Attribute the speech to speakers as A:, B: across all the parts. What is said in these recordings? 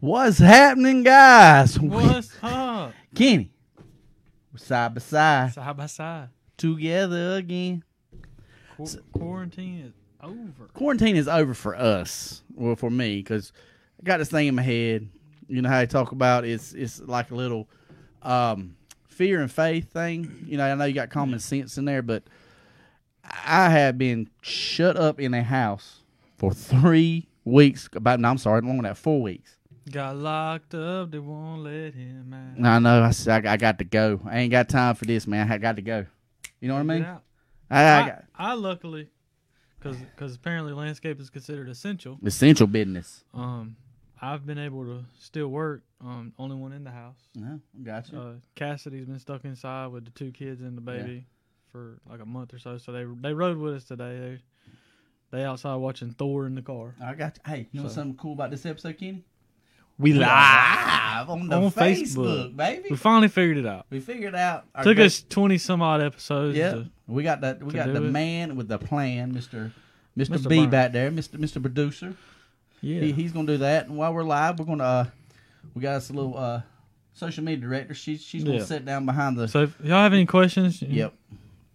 A: What's happening, guys?
B: What's up?
A: Kenny, we're side by side,
B: Side by side.
A: together again.
B: Qu- quarantine is over.
A: Quarantine is over for us. Well, for me, because I got this thing in my head. You know how they talk about it's it's like a little um, fear and faith thing. You know, I know you got common sense in there, but I have been shut up in a house for three weeks. About no, I'm sorry, longer than that, four weeks.
B: Got locked up. They won't let him out.
A: I know. I, s- I- I got to go. I ain't got time for this, man. I got to go. You know what I
B: Get
A: mean?
B: out.
A: I, I
B: I,
A: got
B: I luckily, because apparently landscape is considered essential.
A: essential business.
B: Um, I've been able to still work. Um, only one in the house.
A: No, gotcha.
B: Uh, Cassidy's been stuck inside with the two kids and the baby for like a month or so. So they they rode with us today. They they outside watching Thor in the car.
A: I got you. Hey, you know something cool about this episode, Kenny?
B: We
A: Live on the
B: On
A: Facebook,
B: Facebook.
A: baby.
B: We finally figured it out.
A: We figured out. Our
B: Took
A: good-
B: us twenty some odd episodes.
A: Yeah,
B: to-
A: we got that. We
B: to
A: got
B: do
A: the
B: it.
A: man with the plan, Mister. Mr.
B: Mr.
A: B
B: Burns.
A: back there, Mr. Mr. Producer.
B: yeah.
A: He, he's gonna do that. And while we're live, we're gonna uh, we got us a little uh, social media director. She, she's gonna
B: Yeah.
A: sit down behind the
B: so if y'all have any questions? you-
A: Yep.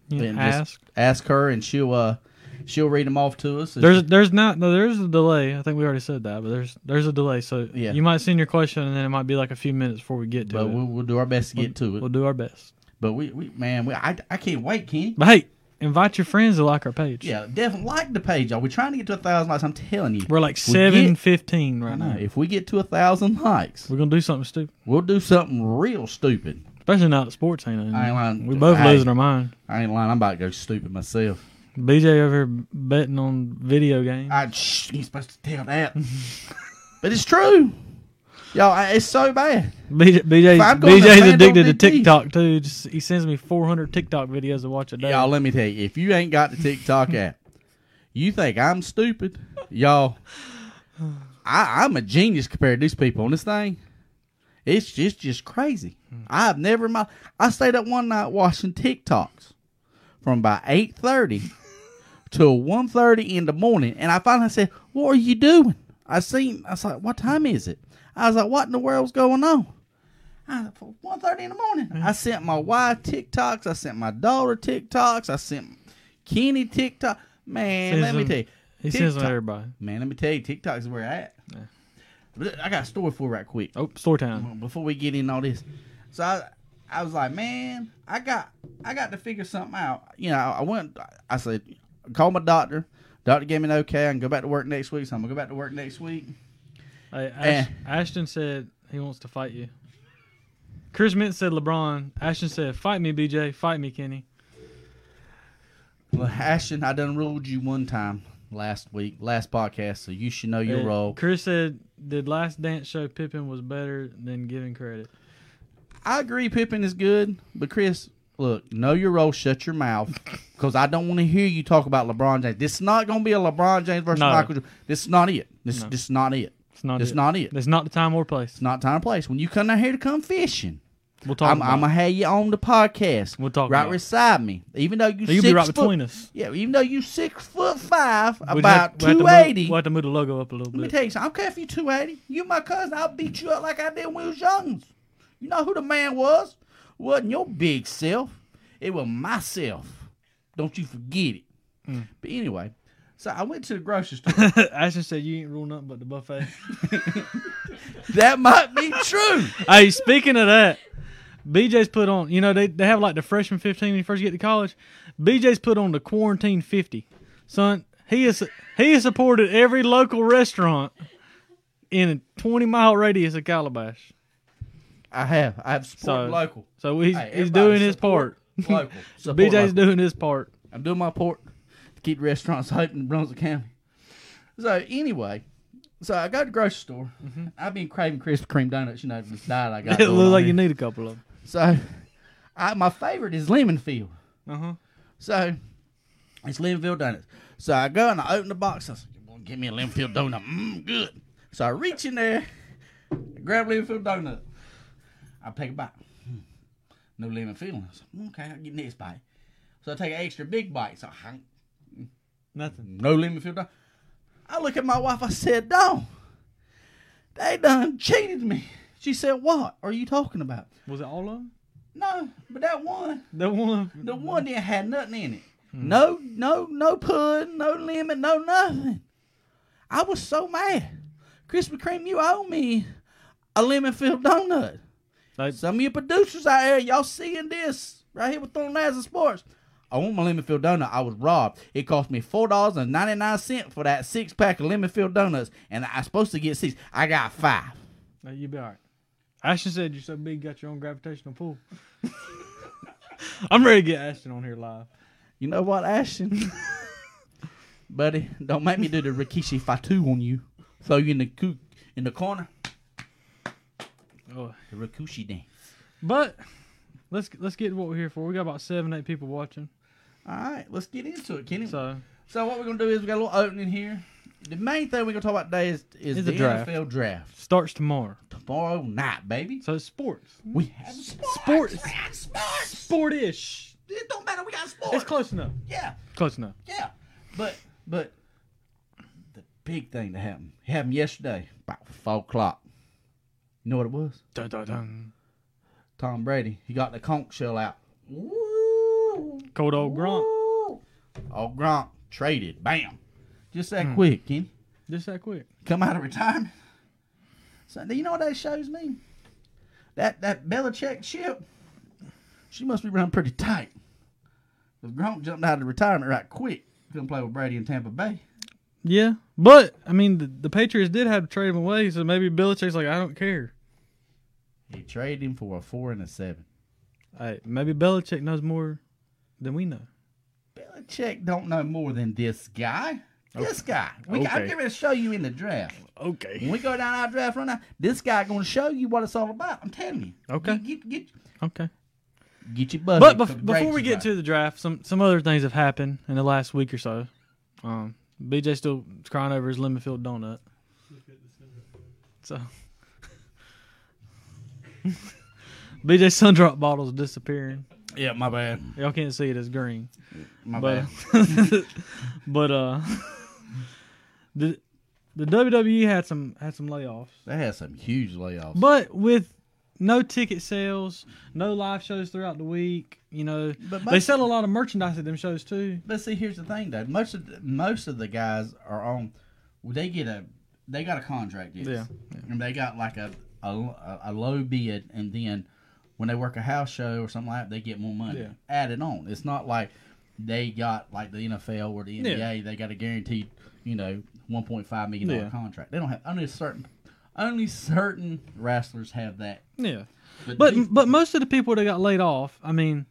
B: You
A: Then
B: can
A: just-
B: ask.
A: ask her and she'll uh she'll read them off to us.
B: There's there's not no there's a delay. I think we already said that, but there's there's a delay. So
A: Yeah.
B: you might send your question and then it might be like a few minutes before we get to
A: but
B: it.
A: we'll, we'll do our best to get to it.
B: We'll do our best.
A: but we, we man, we, I, I can't wait, Kenny.
B: But hey, invite your friends to like our page.
A: Yeah, definitely like the page, y'all. We're trying to get to a thousand likes. I'm telling you,
B: We're like
A: We
B: seven
A: get-
B: fifteen
A: I
B: right
A: know.
B: now.
A: If we get to a thousand likes,
B: We're gonna do something stupid.
A: we'll do something real stupid.
B: Especially now that sports ain't
A: I ain't
B: on.
A: lying.
B: We both
A: Hey,
B: losing our mind.
A: I ain't lying. I'm about to go stupid myself.
B: BJ over here betting on video games.
A: I shh, you ain't supposed to tell that, but it's true, y'all. I, it's so bad.
B: BJ,
A: If I'm going
B: BJ,
A: to
B: BJ's
A: Vandal
B: addicted to
A: DD.
B: TikTok too. Just, he sends me 400 TikTok videos to watch a day.
A: Y'all, let me tell you, if you ain't got the TikTok app, you think I'm stupid, y'all. I, I'm a genius compared to these people on this thing. It's just just crazy. I've never in my I stayed up one night watching TikToks from about eight thirty till one thirty in the morning, and I finally said, "What are you doing?" I seen. I was like, "What time is it?" I was like, "What in the world's going on?" I for one thirty in the morning. I sent my wife TikToks. I sent my daughter TikToks. I sent Kenny TikTok. Man,
B: Sends
A: let me
B: them-
A: tell you,
B: he sends them to
A: TikTok.
B: everybody.
A: man, let me tell you, TikTok's where I at.
B: Yeah.
A: But I got a story for you right quick
B: Oh, store time.
A: before we get in all this. So I, I was like, man, I got, I got to figure something out. You know, I went, I said, call my doctor. Doctor gave me an okay. I can go back to work next week. So I'm gonna go back to work next week.
B: Hey, Ash-
A: Eh.
B: Ashton said he wants to fight you. Chris Mint said LeBron. Ashton said, "Fight me, BJ. Fight me, Kenny."
A: Well, Ashton, I done ruled you one time last week, last podcast, so you should know your
B: Eh,
A: role.
B: Chris said, "Did Last Dance show Pippen was better than giving credit."
A: I agree, Pippin is good, but Chris, look, know your role. Shut your mouth, because I don't want to hear you talk about LeBron James. This is not gonna be a LeBron James versus
B: No.
A: Michael. Jordan. This is not it. This,
B: No.
A: this is not it.
B: It's not.
A: It's
B: it.
A: not it.
B: It's not the time or place.
A: It's not time or place. When you come down here to come fishing,
B: We'll talk
A: I'm,
B: about.
A: I'm gonna
B: it.
A: have you on the podcast.
B: We'll talk
A: right
B: about it.
A: beside me, even though you
B: So you'll
A: six
B: be right
A: foot,
B: between us.
A: Yeah, even though you six foot five, about
B: We'd have- we'll have to
A: two
B: move-
A: eighty.
B: We'll have to move the logo up a little
A: Let me
B: bit.
A: tell you something. I don't care if you two eighty. You my cousin. I'll beat you up like I did when we was young. You know who the man was? Wasn't your big self. It was myself. Don't you forget it.
B: Mm.
A: But anyway, so I went to the grocery store.
B: Ashton said, "You ain't rule nothing but the buffet."
A: that might be true.
B: hey, speaking of that, BJ's put on. You know they they have like the freshman fifteen when you first get to college. BJ's put on the quarantine fifty. Son, he is he has supported every local restaurant in a twenty mile radius of Calabash.
A: I have. I have support
B: So-
A: local.
B: So he's
A: Hey,
B: he's
A: everybody
B: doing his
A: support
B: part.
A: Local. Support
B: BJ's
A: local.
B: doing his part.
A: I'm doing my part to keep restaurants open in Brunswick County. So anyway, so I go to the grocery store. I've been craving Krispy Kreme donuts. You know, this diet I got.
B: Mm-hmm. it
A: going on
B: looks like
A: here.
B: you need a couple of them.
A: So, I, my favorite is lemon field.
B: Uh
A: Uh-huh.
B: huh.
A: So, it's lemon field donuts. So I go and I open the box. I said, "Boy, "Give me a lemon field donut, mm, good." So I reach in there, I grab a lemon field donut. I take a bite. Hmm. No lemon feeling. I said, "Okay, I'll get next bite." So I take an extra big bite. So I
B: Nothing.
A: no lemon field. I look at my wife. I said, "No." They done cheated me. She said, What are you talking about?
B: Was it all of them?
A: No, but that one,
B: The one.
A: the one that had nothing in it. No, no, no pudding, no lemon, no nothing. I was so mad. Krispy Kreme, you owe me a lemon filled donut.
B: They,
A: Some of you producers out here, y'all seeing this right here with Thorn Lads and Sports. I want my lemon filled donut. I was robbed. It cost me four dollars and ninety nine cent for that six pack of lemon filled donuts, and I supposed to get six. I got five.
B: Uh, You'll be all right. Ashton said you're so big, you got your own gravitational pull. I'm ready to get Ashton on here live.
A: You know what, Ashton? Buddy, don't make me do the Rikishi Fatu on you. Throw you in the coo- in the corner.
B: Oh.
A: The Rikushi dance.
B: But let's let's get what we're here for. We got about seven, eight people watching.
A: All right, let's get into it, Kenny. So,
B: So
A: what we're gonna do is we got a little opening here. The main thing we're gonna talk about today is is,
B: Is
A: the
B: the draft.
A: NFL draft
B: starts tomorrow.
A: tomorrow night, baby.
B: So it's sports.
A: We have sports.
B: Sports.
A: We have sports.
B: Sportish.
A: It don't matter. We got sports.
B: It's close enough.
A: Yeah,
B: Close enough.
A: yeah. But but the big thing that happened happened yesterday about four o'clock. You know what it was?
B: Dun, dun, dun.
A: Tom Brady. He got the conch shell out. Woo!
B: Cold old Gronk.
A: Woo! Old Gronk traded. Bam. Just that quick, Kenny.
B: Just that quick.
A: Come out of retirement. So, do you know what that shows me? That that Belichick ship, she must be running pretty tight. Because Gronk jumped out of retirement right quick. Couldn't play with Brady in Tampa Bay.
B: Yeah, but I mean, the, the Patriots did have to trade him away, so maybe Belichick's like, I don't care.
A: He traded him for a four and a seven.
B: Hey, maybe Belichick knows more than we know.
A: Belichick don't know more than this guy. This guy. We got, I'm
B: Okay.
A: getting ready to show you in the draft.
B: Okay.
A: When we go down our draft right now, this guy gonna show you what it's all about. I'm telling you.
B: Okay.
A: Get get
B: Okay.
A: get, get your buddy.
B: But
A: for
B: bef-
A: the
B: before we
A: Braves,
B: get
A: right.
B: to the draft, some some other things have happened in the last week or so. Um, BJ still crying over his lemon filled donut. So, BJ's sun drop bottle's disappearing.
A: yeah, my bad,
B: Y'all can't see it; it's green.
A: my
B: but
A: bad.
B: but uh, the the WWE had some had some layoffs,
A: They had some huge layoffs.
B: but with no ticket sales, no live shows throughout the week. You know,
A: But
B: they
A: most-
B: sell a lot of merchandise at them shows too.
A: But see, here's the thing though. Most of the, most of the guys are on. They get a they got a contract. Yes.
B: Yeah,
A: And they got like a a, a- a low bid, and then when they work a house show or something like that, they get more money
B: Yeah.
A: added on. It's not like they got like the NFL or the NBA. They got a guaranteed you know one point five million dollar
B: Yeah.
A: contract. They don't have only a certain only certain wrestlers have that.
B: Yeah,
A: these-
B: but but most of the people that got laid off, I mean,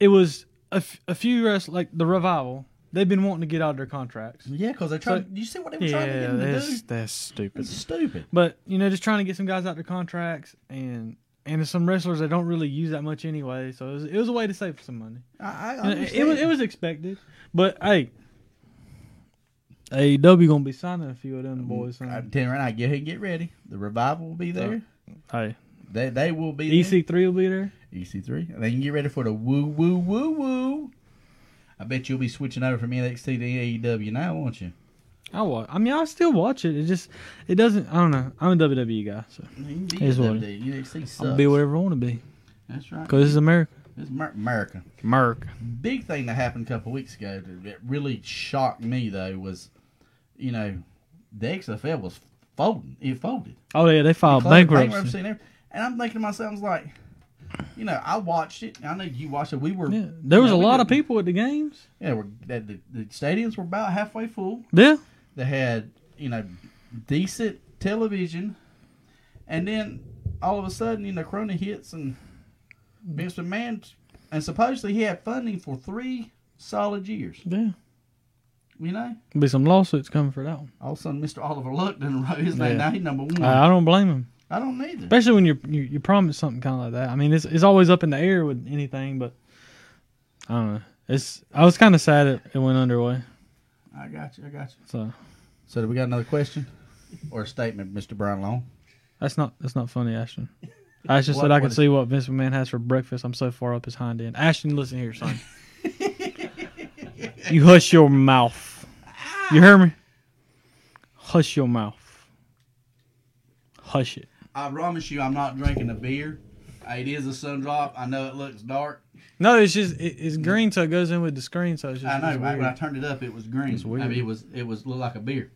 B: it was a, f- a few rest like the revival. They've been wanting to get out of their contracts.
A: yeah, because they tried.
B: So-
A: you see what they were trying to get
B: Yeah,
A: them to
B: that's
A: do?
B: that's stupid.
A: It's stupid.
B: But you know, just trying to get some guys out their contracts, and and there's some wrestlers that don't really use that much anyway. So it was, it was a way to save some money.
A: I, I
B: And it, it
A: understand.
B: was it was expected, but hey, AEW gonna be signing a few of
A: Mm,
B: them boys. soon.
A: I'm telling you right now, get ahead and get ready. The revival will be there.
B: Hey,
A: They they will be there.
B: EC E three will be there.
A: EC three. And then you get ready for the woo woo woo woo. I bet you'll be switching over from NXT to AEW now, won't you?
B: I watch. I mean, I still watch it. It just it doesn't. I don't know. I'm a WWE guy, so Here's what-
A: WWE. NXT
B: I'm gonna
A: sucks.
B: be whatever I want to be
A: That's right.
B: because this is America.
A: It's Mer- America.
B: America.
A: Big thing that happened a couple weeks ago that that really shocked me though was, you know, the XFL was folding. It folded.
B: Oh yeah, they filed
A: Closed
B: bankruptcy.
A: and, everything. and I'm thinking to myself, I was like, you know, I watched it. I know you watched it. We were
B: Yeah, there was
A: Yeah,
B: a
A: we
B: lot of
A: didn't-
B: people at the games.
A: Yeah, we're, the, the, the stadiums were about halfway full.
B: Yeah,
A: They had, you know, decent television. And then all of a sudden, you know, Corona hits and Vince McMahon, and supposedly he had funding for three solid years,
B: yeah.
A: you know?
B: Be some lawsuits coming for that one.
A: All of a sudden, Mr. Oliver Luck done wrote his name.
B: Yeah. Uh,
A: Now he's number one.
B: I, I don't blame him,
A: I don't either.
B: especially when you you, you promise something kind of like that. I mean, it's it's always up in the air with anything, but I don't know. It's I was kind of sad it, it went underway.
A: I got you. I got you.
B: So
A: So, do we got another question or a statement, Mr. Brian Long?
B: that's not that's not funny, Ashton. Ashton
A: What-
B: said I
A: what
B: can
A: is-
B: see what Vince McMahon has for breakfast. I'm so far up his hind end. Ashton, listen here, son. you hush your mouth. You hear me? Hush your mouth. Hush it.
A: I promise you, I'm not drinking a beer. Uh, It is a sun drop. I know it looks dark.
B: No, it's just it, it's green, so it goes in with the screen. So it's just
A: I know.
B: it's
A: right? When I
B: weird.
A: turned it up, it was green.
B: It's weird.
A: I mean, it was it was looked like a beer.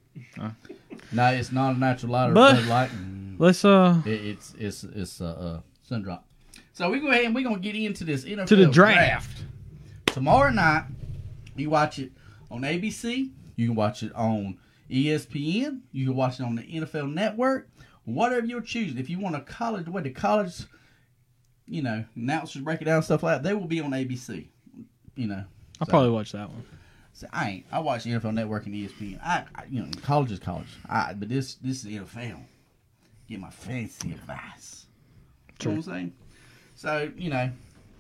A: No, it's not a natural light or
B: But-
A: Bud Light. Mm.
B: Let's uh
A: It, it's it's it's a uh, sun drop. So we go ahead and we're gonna get into this NFL
B: to the
A: draft.
B: draft.
A: tomorrow night. You watch it on ABC. You can watch it on E ESPN. You can watch it on the NFL Network. Whatever you're choosing. If you want a college, the way the college, you know, announcers break it down and stuff like that, they will be on ABC. You know,
B: I'll
A: So-
B: probably watch that one.
A: so I ain't. I watch the NFL Network and E ESPN. I, I you know, college is college. I, but this this is NFL. Get my fancy advice. You know what I'm saying? So you know,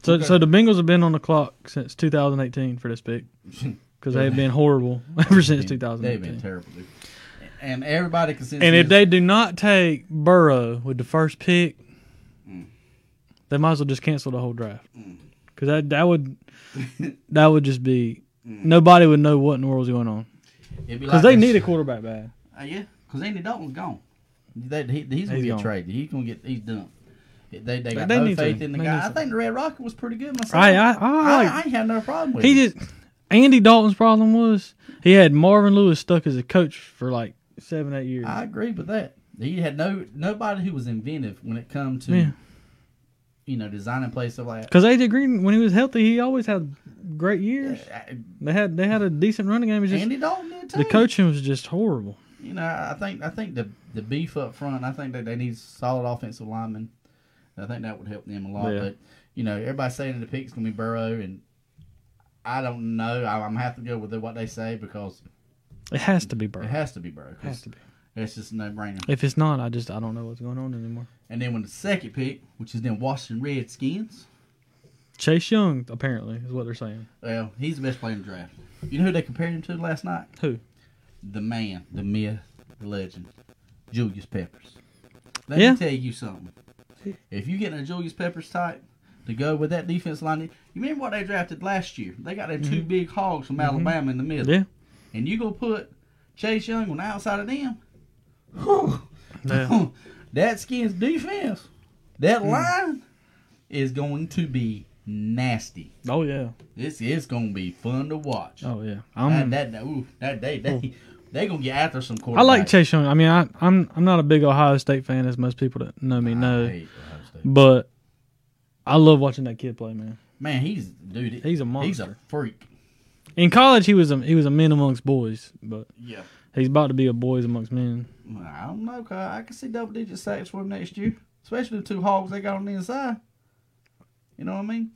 B: So
A: Okay.
B: so the Bengals have been on the clock since 2018 for this pick because they've been horrible ever since
A: They've been
B: 2018.
A: terrible, dude. And everybody can see.
B: And if they do not take Burrow with the first pick,
A: Mm.
B: they might as well just cancel the whole draft because that that would that would just be
A: Mm.
B: nobody would know what in the world was going on because they need a quarterback bad.
A: Uh, yeah, because Andy Dalton's gone. They, he, he's gonna
B: He's
A: get
B: gone.
A: traded. He's gonna get. He's done. They, they got
B: They
A: no
B: need
A: faith
B: to.
A: in the
B: They need
A: guy. I
B: to.
A: think the Red Rocket was pretty good myself.
B: I I, I,
A: I,
B: like,
A: I ain't had no problem with
B: He
A: it.
B: just Andy Dalton's problem was he had Marvin Lewis stuck as a coach for like seven, eight years.
A: I agree with that. He had no nobody who was inventive when it come to
B: Yeah.
A: you know designing plays stuff like that.
B: Because AJ Green, when he was healthy, he always had great years.
A: Uh,
B: They had they had a decent running game. It was just
A: Andy Dalton did too.
B: the coaching was just horrible.
A: You know, I I think I think the the beef up front. I think that they need solid offensive linemen. I think that would help them a lot.
B: Yeah.
A: But you know, everybody's saying that the pick's gonna be Burrow, and I don't know. I, I'm gonna have to go with what they say because
B: It has to be
A: it
B: Burrow.
A: has to be Burrow. 'cause
B: Has to be.
A: It's just no brainer.
B: If it's not, I just I don't know what's going on anymore.
A: And then when the second pick, which is then Washington Redskins.
B: Chase Young apparently is what they're saying.
A: Well, he's the best player in the draft. You know who they compared him to last night?
B: Who?
A: the man, the myth, the legend, Julius Peppers. Let
B: Yeah.
A: me tell you something. If you get a Julius Peppers type to go with that defense line, you remember what they drafted last year? They got their two big hogs from Alabama in the middle.
B: Mm-hmm. Yeah.
A: And you go put Chase Young on the outside of them. Oh,
B: Yeah. Mm.
A: that skins defense. That line is going to be nasty.
B: Oh yeah.
A: This is going to be fun to watch.
B: Oh yeah.
A: That,
B: I'm,
A: that, that, ooh, that they they they gonna get after some quarterbacks.
B: Oh. I like Chase Young. I mean, I, I'm I'm not a big Ohio State fan, as most people that know me know.
A: I hate Ohio State.
B: But I love watching that kid play, man.
A: Man, he's dude.
B: He's a
A: He's a
B: monster.
A: freak.
B: In college, he was a he was a man amongst boys, but
A: Yeah.
B: he's about to be a boys amongst men.
A: I don't know. Cause I can see double digit sacks for him next year, especially the two hogs they got on the inside. You know what I mean?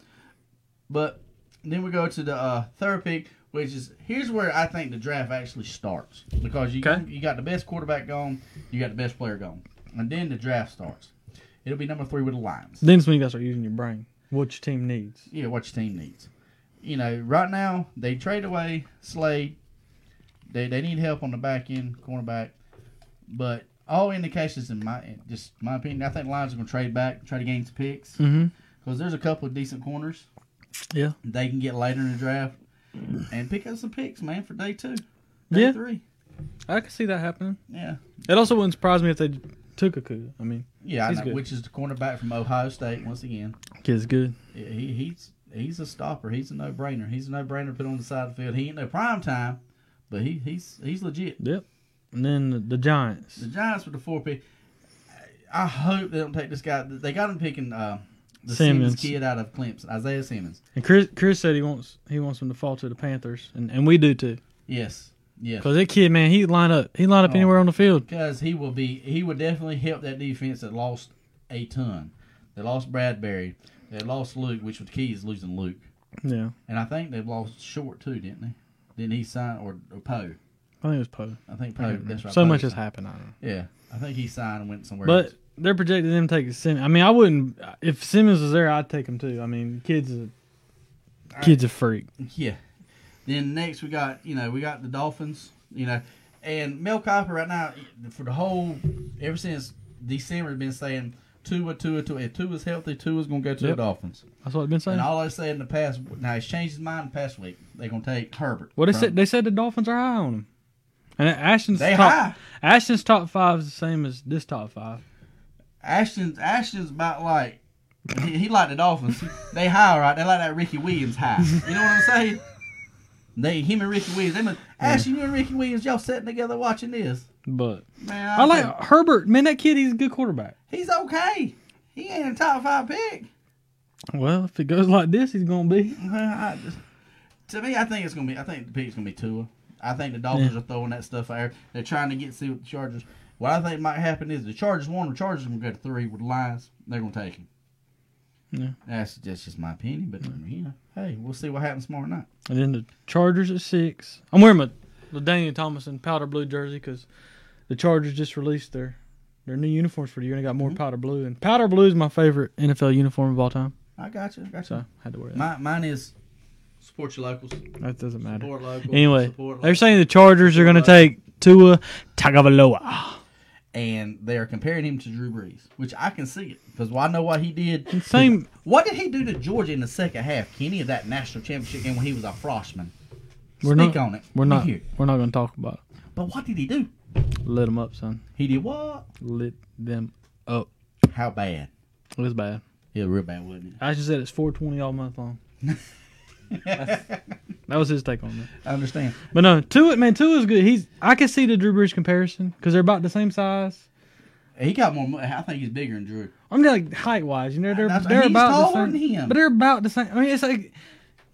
A: But then we go to the uh, third pick, which is here's where I think the draft actually starts because you
B: Okay.
A: you got the best quarterback gone, you got the best player gone, and then the draft starts. It'll be number three with the Lions.
B: Then it's when you got to start using your brain, what your team needs.
A: yeah, what your team needs. You know, right now they trade away Slade. They they need help on the back end, cornerback. But all indications, in my in just my opinion, I think Lions are going to trade back, try to gain some picks
B: Mm-hmm.
A: because there's a couple of decent corners
B: Yeah,
A: they can get later in the draft and pick up some picks, man, for day two, day
B: Yeah.
A: three.
B: I can see that happening.
A: Yeah,
B: It also wouldn't surprise me if they took a coup. I mean,
A: yeah, I
B: He's
A: know,
B: good.
A: which is the cornerback from Ohio State once again.
B: kid's good.
A: Yeah, he he's he's a stopper. He's a no brainer. He's a no brainer. Put on the side of the field. He ain't no prime time, but he he's he's legit.
B: Yep. And then the, the Giants.
A: The Giants with the four pick. I I hope they don't take this guy. They got him picking uh, the Simmons.
B: Simmons.
A: kid out of Clemson, Isaiah Simmons.
B: And Chris Chris said he wants he wants them to fall to the Panthers, and, and we do too.
A: Yes, yes,
B: Cause that kid, man, he line up he line up
A: Oh.
B: anywhere on the field.
A: because he will be. He would definitely help that defense that lost a ton. They lost Bradbury. They lost Luke, which was key is losing Luke.
B: Yeah,
A: And I think they lost Short too, didn't they? Didn't he sign or, or Poe?
B: I think it was Poe.
A: I think Poe. That's right.
B: Mm-hmm. so
A: Poe
B: much
A: signed.
B: has happened. I don't know.
A: Yeah, I think he signed and went somewhere.
B: But
A: else.
B: they're projecting them taking Simmons. I mean, I wouldn't. If Simmons was there, I'd take him too. I mean, kids, a, kids a freak.
A: yeah. Then next we got you know we got the Dolphins you know, and Mel Kiper right now for the whole ever since December has been saying Tua Tua Tua if Tua's healthy Tua's gonna go to
B: Yep.
A: the Dolphins
B: That's what I've been saying.
A: and all they said in the past now he's changed his mind the past week they're gonna take Herbert.
B: Well, they
A: from-
B: said they said the Dolphins are high on him, and Ashton's
A: They
B: top
A: high.
B: Ashton's top five is the same as this top five.
A: Ashton's Ashton's about like he, he like the Dolphins. they high, right? They like that Ricky Williams high. You know what I'm saying? They him and Ricky Williams. Them and, Ashton, you and Ricky Williams, y'all sitting together watching this.
B: But
A: Man,
B: I like Herbert. Man, that kid, he's a good quarterback.
A: he's okay. He ain't a top five pick.
B: Well, if it goes like this, he's gonna be.
A: Well, I just, to me, I think it's gonna be. I think the pick's gonna be Tua. I think the Dolphins are throwing that stuff out. They're trying to get see what the Chargers. What I think might happen is the Chargers one, the Chargers are gonna go to three with the Lions. They're gonna take him.
B: Yeah.
A: That's that's just my opinion, but you know, hey, we'll see what happens tomorrow night.
B: And then the Chargers at six. I'm wearing my Daniel Thomason powder blue jersey because the Chargers just released their their new uniforms for the year and they got more
A: Mm-hmm.
B: powder blue. And powder blue is my favorite NFL uniform of all time,
A: I got you. I got you.
B: so I had to wear that.
A: My, mine is support your locals.
B: that doesn't matter.
A: Support local.
B: Anyway,
A: support
B: they're
A: local.
B: saying the Chargers are going to take Tua Tagovailoa.
A: and they are comparing him to Drew Brees, which I can see it because I know what he did.
B: Same.
A: What did he do to Georgia in the second half, Kenny, of that national championship game when he was a freshman?
B: We're
A: Speak
B: not.
A: on it.
B: We're not.
A: Here.
B: We're not going to talk about it.
A: But what did he do?
B: Lit them up, son.
A: He did what?
B: Lit them up.
A: How bad?
B: It was bad.
A: Yeah, real bad, wasn't
B: I just said it's 420 all month long. that was his take on that.
A: it? I understand.
B: But no, Tua, man, Tua's good. He's I can see the Drew Brees comparison because they're about the same size.
A: He got more. mo- I think he's bigger than Drew.
B: I'm just like height wise, you know, they're
A: That's-
B: they're
A: he's
B: about
A: taller
B: the
A: than
B: same.
A: him.
B: But they're about the same. I mean, it's like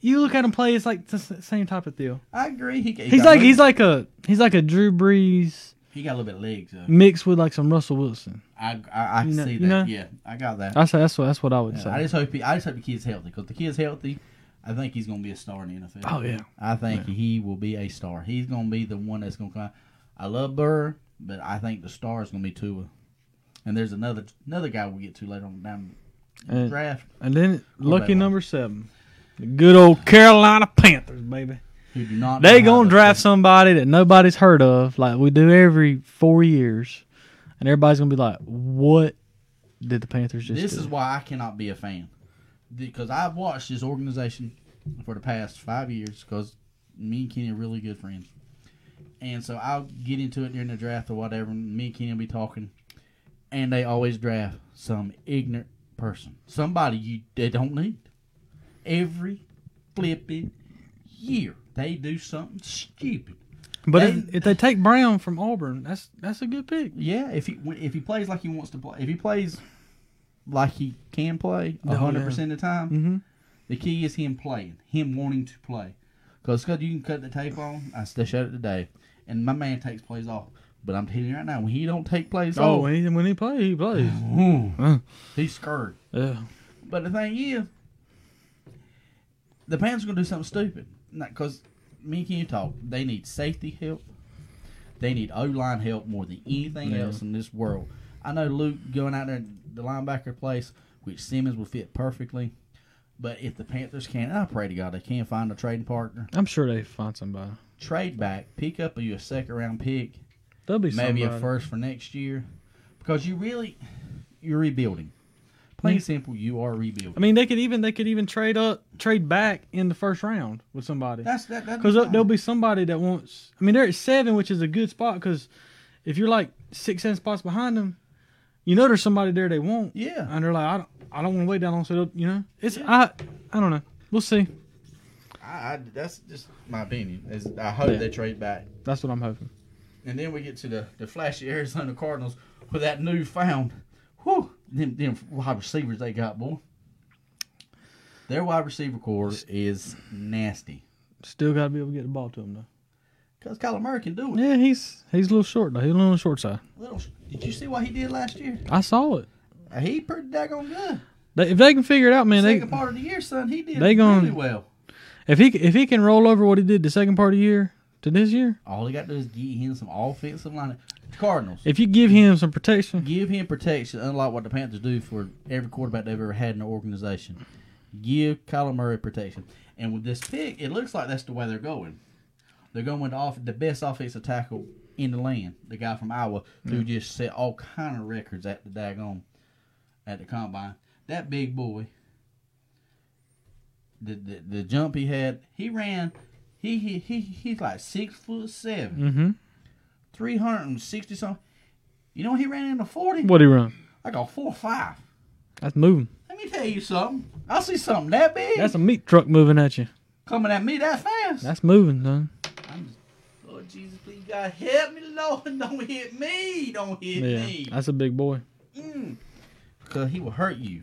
B: you look at him play, it's like the s- same type of deal.
A: I agree. He, he
B: He's
A: got
B: like
A: a
B: he's
A: little-
B: like a he's like a Drew Brees
A: he got a little bit of legs. Though.
B: mixed with like some Russell Wilson.
A: I I, I
B: You know-
A: see
B: you
A: that.
B: know?
A: yeah, I got that.
B: I say that's what that's what I would
A: Yeah,
B: say.
A: I just hope he, I just hope the kid's healthy because the kid's healthy. I think he's gonna be a star in the NFL.
B: oh yeah,
A: I think he will be a star. He's going to be the one that's going to come. out. I love Burr, but I think the star is going to be Tua. And there's another another guy we'll get to later on down the
B: and,
A: draft.
B: and then lucky
A: Quarterback.
B: number seven, the good old Carolina Panthers, baby.
A: Who do not know
B: They
A: how
B: gonna
A: to-
B: draft somebody that nobody's heard of, like we do every four years, and everybody's gonna be like, "What did the Panthers just
A: This
B: do?"
A: is why I cannot be a fan because I've watched this organization for the past five years because me and Kenny are really good friends, and so I'll get into it during the draft or whatever. And me and Kenny will be talking, and they always draft some ignorant person, somebody you they don't need. Every flipping year, they do something stupid.
B: but
A: they-
B: if, if they take Brown from Auburn, that's that's a good pick.
A: Yeah, if he when- if he plays like he wants to play, if he plays like he can play
B: Oh, yeah.
A: hundred percent of the time.
B: Mm-hmm.
A: The key is him playing, him wanting to play. Because you can cut the tape on. I still showed it today, and my man takes plays off. But I'm telling you right now, when he don't take plays
B: Oh,
A: off,
B: when he when he plays, he plays.
A: ooh, he's scared.
B: Yeah.
A: But the thing is, the Panthers gonna do something stupid. Because me and Ken talk, they need safety help. They need O line help more than anything
B: Yeah.
A: else in this world. I know Luke going out there in the linebacker place, which Simmons will fit perfectly. But if the Panthers can't, and I pray to God they can find a trading partner,
B: I'm sure they find somebody.
A: trade back, pick up you a second round pick,
B: There'll be
A: maybe
B: somebody.
A: a first for next year, because you really you're rebuilding. Plain
B: Yeah.
A: simple, you are rebuilding.
B: Mm-hmm. I mean, they could even they could even trade up, trade back in the first round with somebody.
A: That's that. that'd be
B: Because
A: fine.
B: there'll be somebody that wants. I mean, they're at seven, which is a good spot. Because if you're like six, seven spots behind them, you know there's somebody there they want.
A: Yeah.
B: And they're like, I don't, I don't want to wait that long. So they'll- you know, it's I, I don't know. We'll see.
A: I, I- that's just my opinion. Is I hope
B: Yeah.
A: they trade back,
B: That's what I'm hoping.
A: and then we get to the, the flashy Arizona Cardinals with that newfound, whew, them, them wide receivers they got, boy. Their wide receiver core is nasty.
B: Still got to be able to get the ball to him though.
A: Cause Kyler Murray can do it.
B: Yeah, he's he's a little short though. He's a little on the short side.
A: Little, did you see what he did last year? Uh,
B: I saw it.
A: He pretty daggone good.
B: They, if they can figure it out, man. They,
A: Second part of the year, son, he did
B: they gonna-
A: really well.
B: if he if he can roll over what he did the second part of the year to this year,
A: All he got to do is get him some offensive line. Cardinals.
B: if you give him some protection,
A: Give him protection, unlike what the Panthers do for every quarterback they've ever had in the organization. Give Kyler Murray protection. And with this pick, it looks like that's the way they're going. They're going to off the best offensive tackle in the land, the guy from Iowa, who just set all kind of records at the daggone at the combine. That big boy, the the, the jump he had, he ran. He he he he's like six foot seven,
B: mm-hmm.
A: three hundred and sixty something. You know he ran in the forty.
B: what he run?
A: I got four or five.
B: That's moving.
A: Let me tell you something. I see something that big
B: That's a meat truck moving at you.
A: coming at me that fast.
B: That's moving, son.
A: I'm just, Lord Jesus, please God help me, Lord. Don't hit me. Don't hit
B: Yeah,
A: me.
B: that's a big boy.
A: Mm. Because he will hurt you.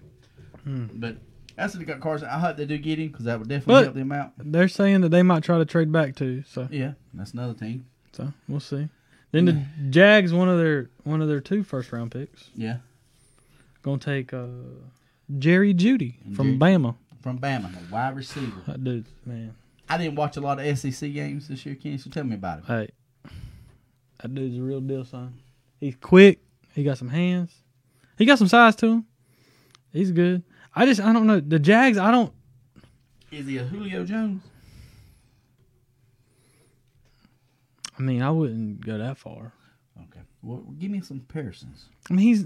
B: Hmm.
A: But that's what got Carson. I hope they do get him because that would definitely
B: But-
A: help them out.
B: They're saying that they might try to trade back too. So,
A: Yeah, that's another team.
B: so we'll see. Then the Jags, one of their one of their two first round picks,
A: Yeah,
B: gonna take uh, Jerry Judy from
A: Jerry-
B: Bama.
A: from Bama, a wide receiver.
B: That dude, man,
A: I didn't watch a lot of SEC games this year, Kenny. So tell me about it.
B: hey, that dude's a real deal, son. He's quick. He got some hands. He got some size to him. He's good. I just I don't know the Jags. I don't.
A: Is he a Julio Jones?
B: I mean, I wouldn't go that far.
A: Okay. Well, give me some comparisons.
B: I mean, he's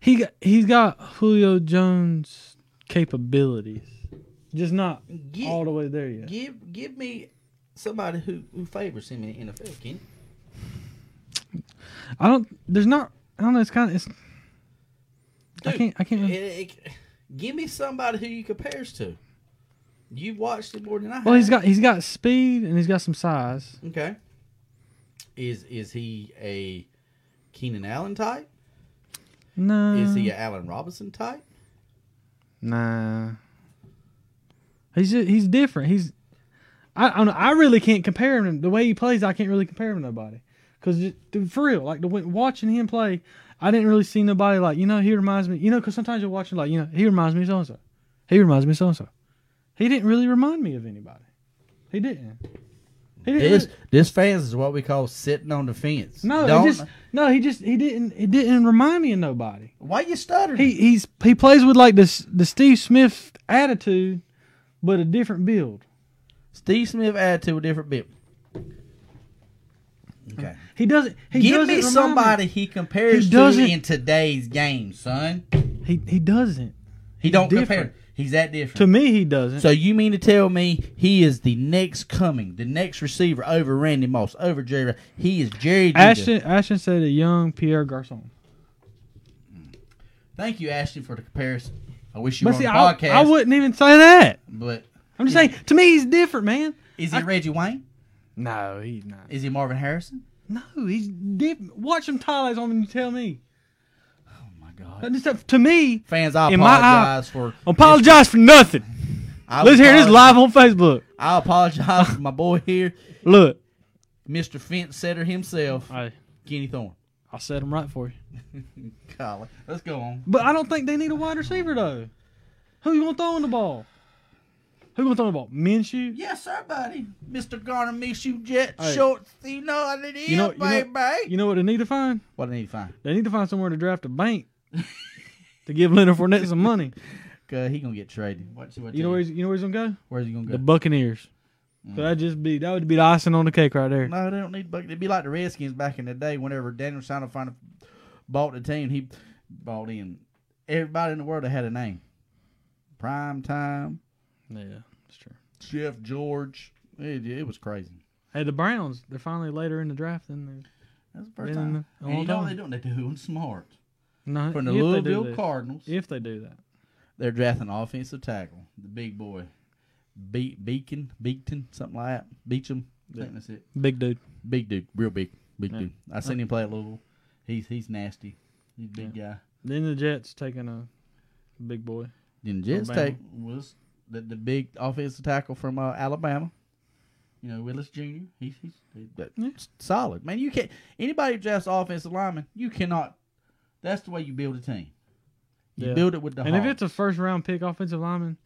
B: he got, he's got Julio Jones capabilities, just not
A: Get-
B: all the way there yet.
A: Give give me somebody who, who favors him in the NFL, Kenny.
B: I don't. There's not. I don't know. It's kind of. It's. I
A: Dude,
B: can't. I can't.
A: It,
B: Really,
A: it- give me somebody who you compares to. You've watched it more than I have.
B: well, he's got he's got speed and he's got some size.
A: Okay. Is is he a Keenan Allen type?
B: No.
A: Is he a Allen Robinson type?
B: Nah. He's just, he's different. He's. I, I don't know. I really can't compare him. The way he plays, I can't really compare him to nobody. Cause ju- dude, for real, like the way- watching him play, I didn't really see nobody like you know he reminds me you know because sometimes you're watching like you know he reminds me of so and so, he reminds me of so and so. He didn't really remind me of anybody. He didn't. He didn't
A: This
B: really-
A: this fans is what we call sitting on the fence.
B: no,
A: Don't,
B: he just no, he just he didn't he didn't remind me of nobody.
A: why you stuttering?
B: He he's he plays with like this the Steve Smith attitude, but a different build.
A: Steve Smith attitude a different bit. Okay.
B: He doesn't. He
A: Give
B: doesn't
A: me
B: remind
A: somebody he compares
B: He
A: to
B: doesn't-
A: in today's game, son.
B: He he doesn't.
A: He don't
B: different.
A: compare. He's that different.
B: To me, he doesn't.
A: So you mean to tell me he is the next coming, the next receiver over Randy Moss, over Jerry? He is Jerry. Judy.
B: Ashton Ashton said a young Pierre Garcon.
A: Thank you, Ashton, for the comparison. I wish you
B: But
A: were
B: see,
A: on
B: I,
A: the podcast.
B: I wouldn't even say that.
A: But
B: I'm just saying. To me, he's different, man.
A: is he Reggie Wayne?
B: No, he's not.
A: Is he Marvin Harrison?
B: No, he's different. Watch some highlights on him. And you tell me.
A: Oh my God!
B: That stuff- to me,
A: Fans, I
B: In my
A: apologize for.
B: apologize for nothing.
A: I
B: Let's hear this
A: apologize-
B: live on Facebook.
A: I apologize for my boy here,
B: Look,
A: Mr. Fence Setter himself,
B: I
A: Kenny Thorne.
B: I set him right for you.
A: Golly, let's go on.
B: But I don't think they need a wide receiver though. Who you gonna throw in the ball? Who gonna throw in the ball? Minshew.
A: Yes, sir, buddy. Mr. Garner makes you jet
B: Hey.
A: shorts. You know what it is,
B: You know- you know-
A: baby.
B: You know what they need to find?
A: what I need to find?
B: They need to find somewhere to draft a bank to give Leonard Fournette some money.
A: Cause he gonna get traded. What, what
B: You know where he's, you know where he's gonna go?
A: where's he gonna go?
B: The Buccaneers. So that just be that would be the icing on the cake right there.
A: No, they don't need Buck. It'd be like the Redskins back in the day. Whenever Daniel Snyder finally bought the team, he bought in everybody in the world that had a name. Prime time,
B: Yeah, that's true.
A: Jeff George. It, it was crazy.
B: Hey, the Browns, they're finally later in the draft than they
A: That's the first
B: Been
A: time.
B: in a
A: And you
B: long
A: know what
B: time.
A: they doing? They doing smart.
B: no,
A: From the
B: if Uh, they do
A: Louisville
B: this.
A: Cardinals,
B: If they do that.
A: they're drafting an offensive tackle, the big boy, Be- Beacon, Beacton, something like that. Beecham. I think that's it.
B: Big dude.
A: Big dude, real big, big
B: Yeah.
A: dude. I seen him play at Louisville. He's he's nasty. He's a big guy.
B: Then the Jets taking a big boy.
A: Then Jets
B: Alabama.
A: take was the, the big offensive tackle from uh, Alabama. You know Willis Jr. He's he's he- but
B: Yeah.
A: s- solid man. You can't anybody who drafts offensive lineman. You cannot. That's the way you build a team. You
B: Yeah.
A: build it with the
B: And if
A: heart.
B: it's a first round pick offensive lineman,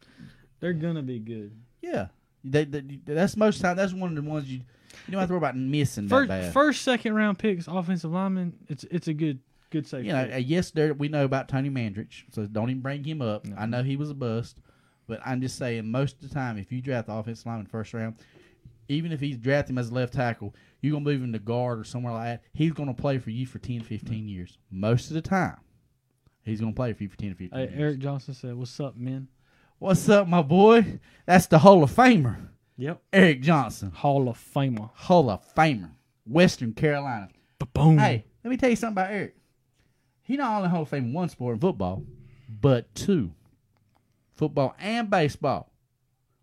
B: they're gonna be good.
A: yeah. They, they- that's most time. That's one of the ones you you don't have to worry about missing
B: First,
A: that bad.
B: first, second round picks, offensive linemen. It's it's a good good safety.
A: you know, uh, yes, there we know about Tony Mandrich, so don't even bring him up. I know he was a bust, but I'm just saying most of the time, if you draft the offensive lineman first round, even if he's draft him as a left tackle, you're gonna move him to guard or somewhere like that. He's gonna play for you for 10, 15 years most of the time. He's gonna play for you for ten to fifteen.
B: Hey,
A: years.
B: Eric Johnson said, "What's up, men?"
A: What's up, my boy? That's the Hall of Famer,
B: Yep,
A: Eric Johnson,
B: Hall of Famer.
A: Hall of Famer, Western Carolina.
B: Boom.
A: Hey, let me tell you something about Eric. He not only Hall of Fame in one sport in football, but two. Football and baseball.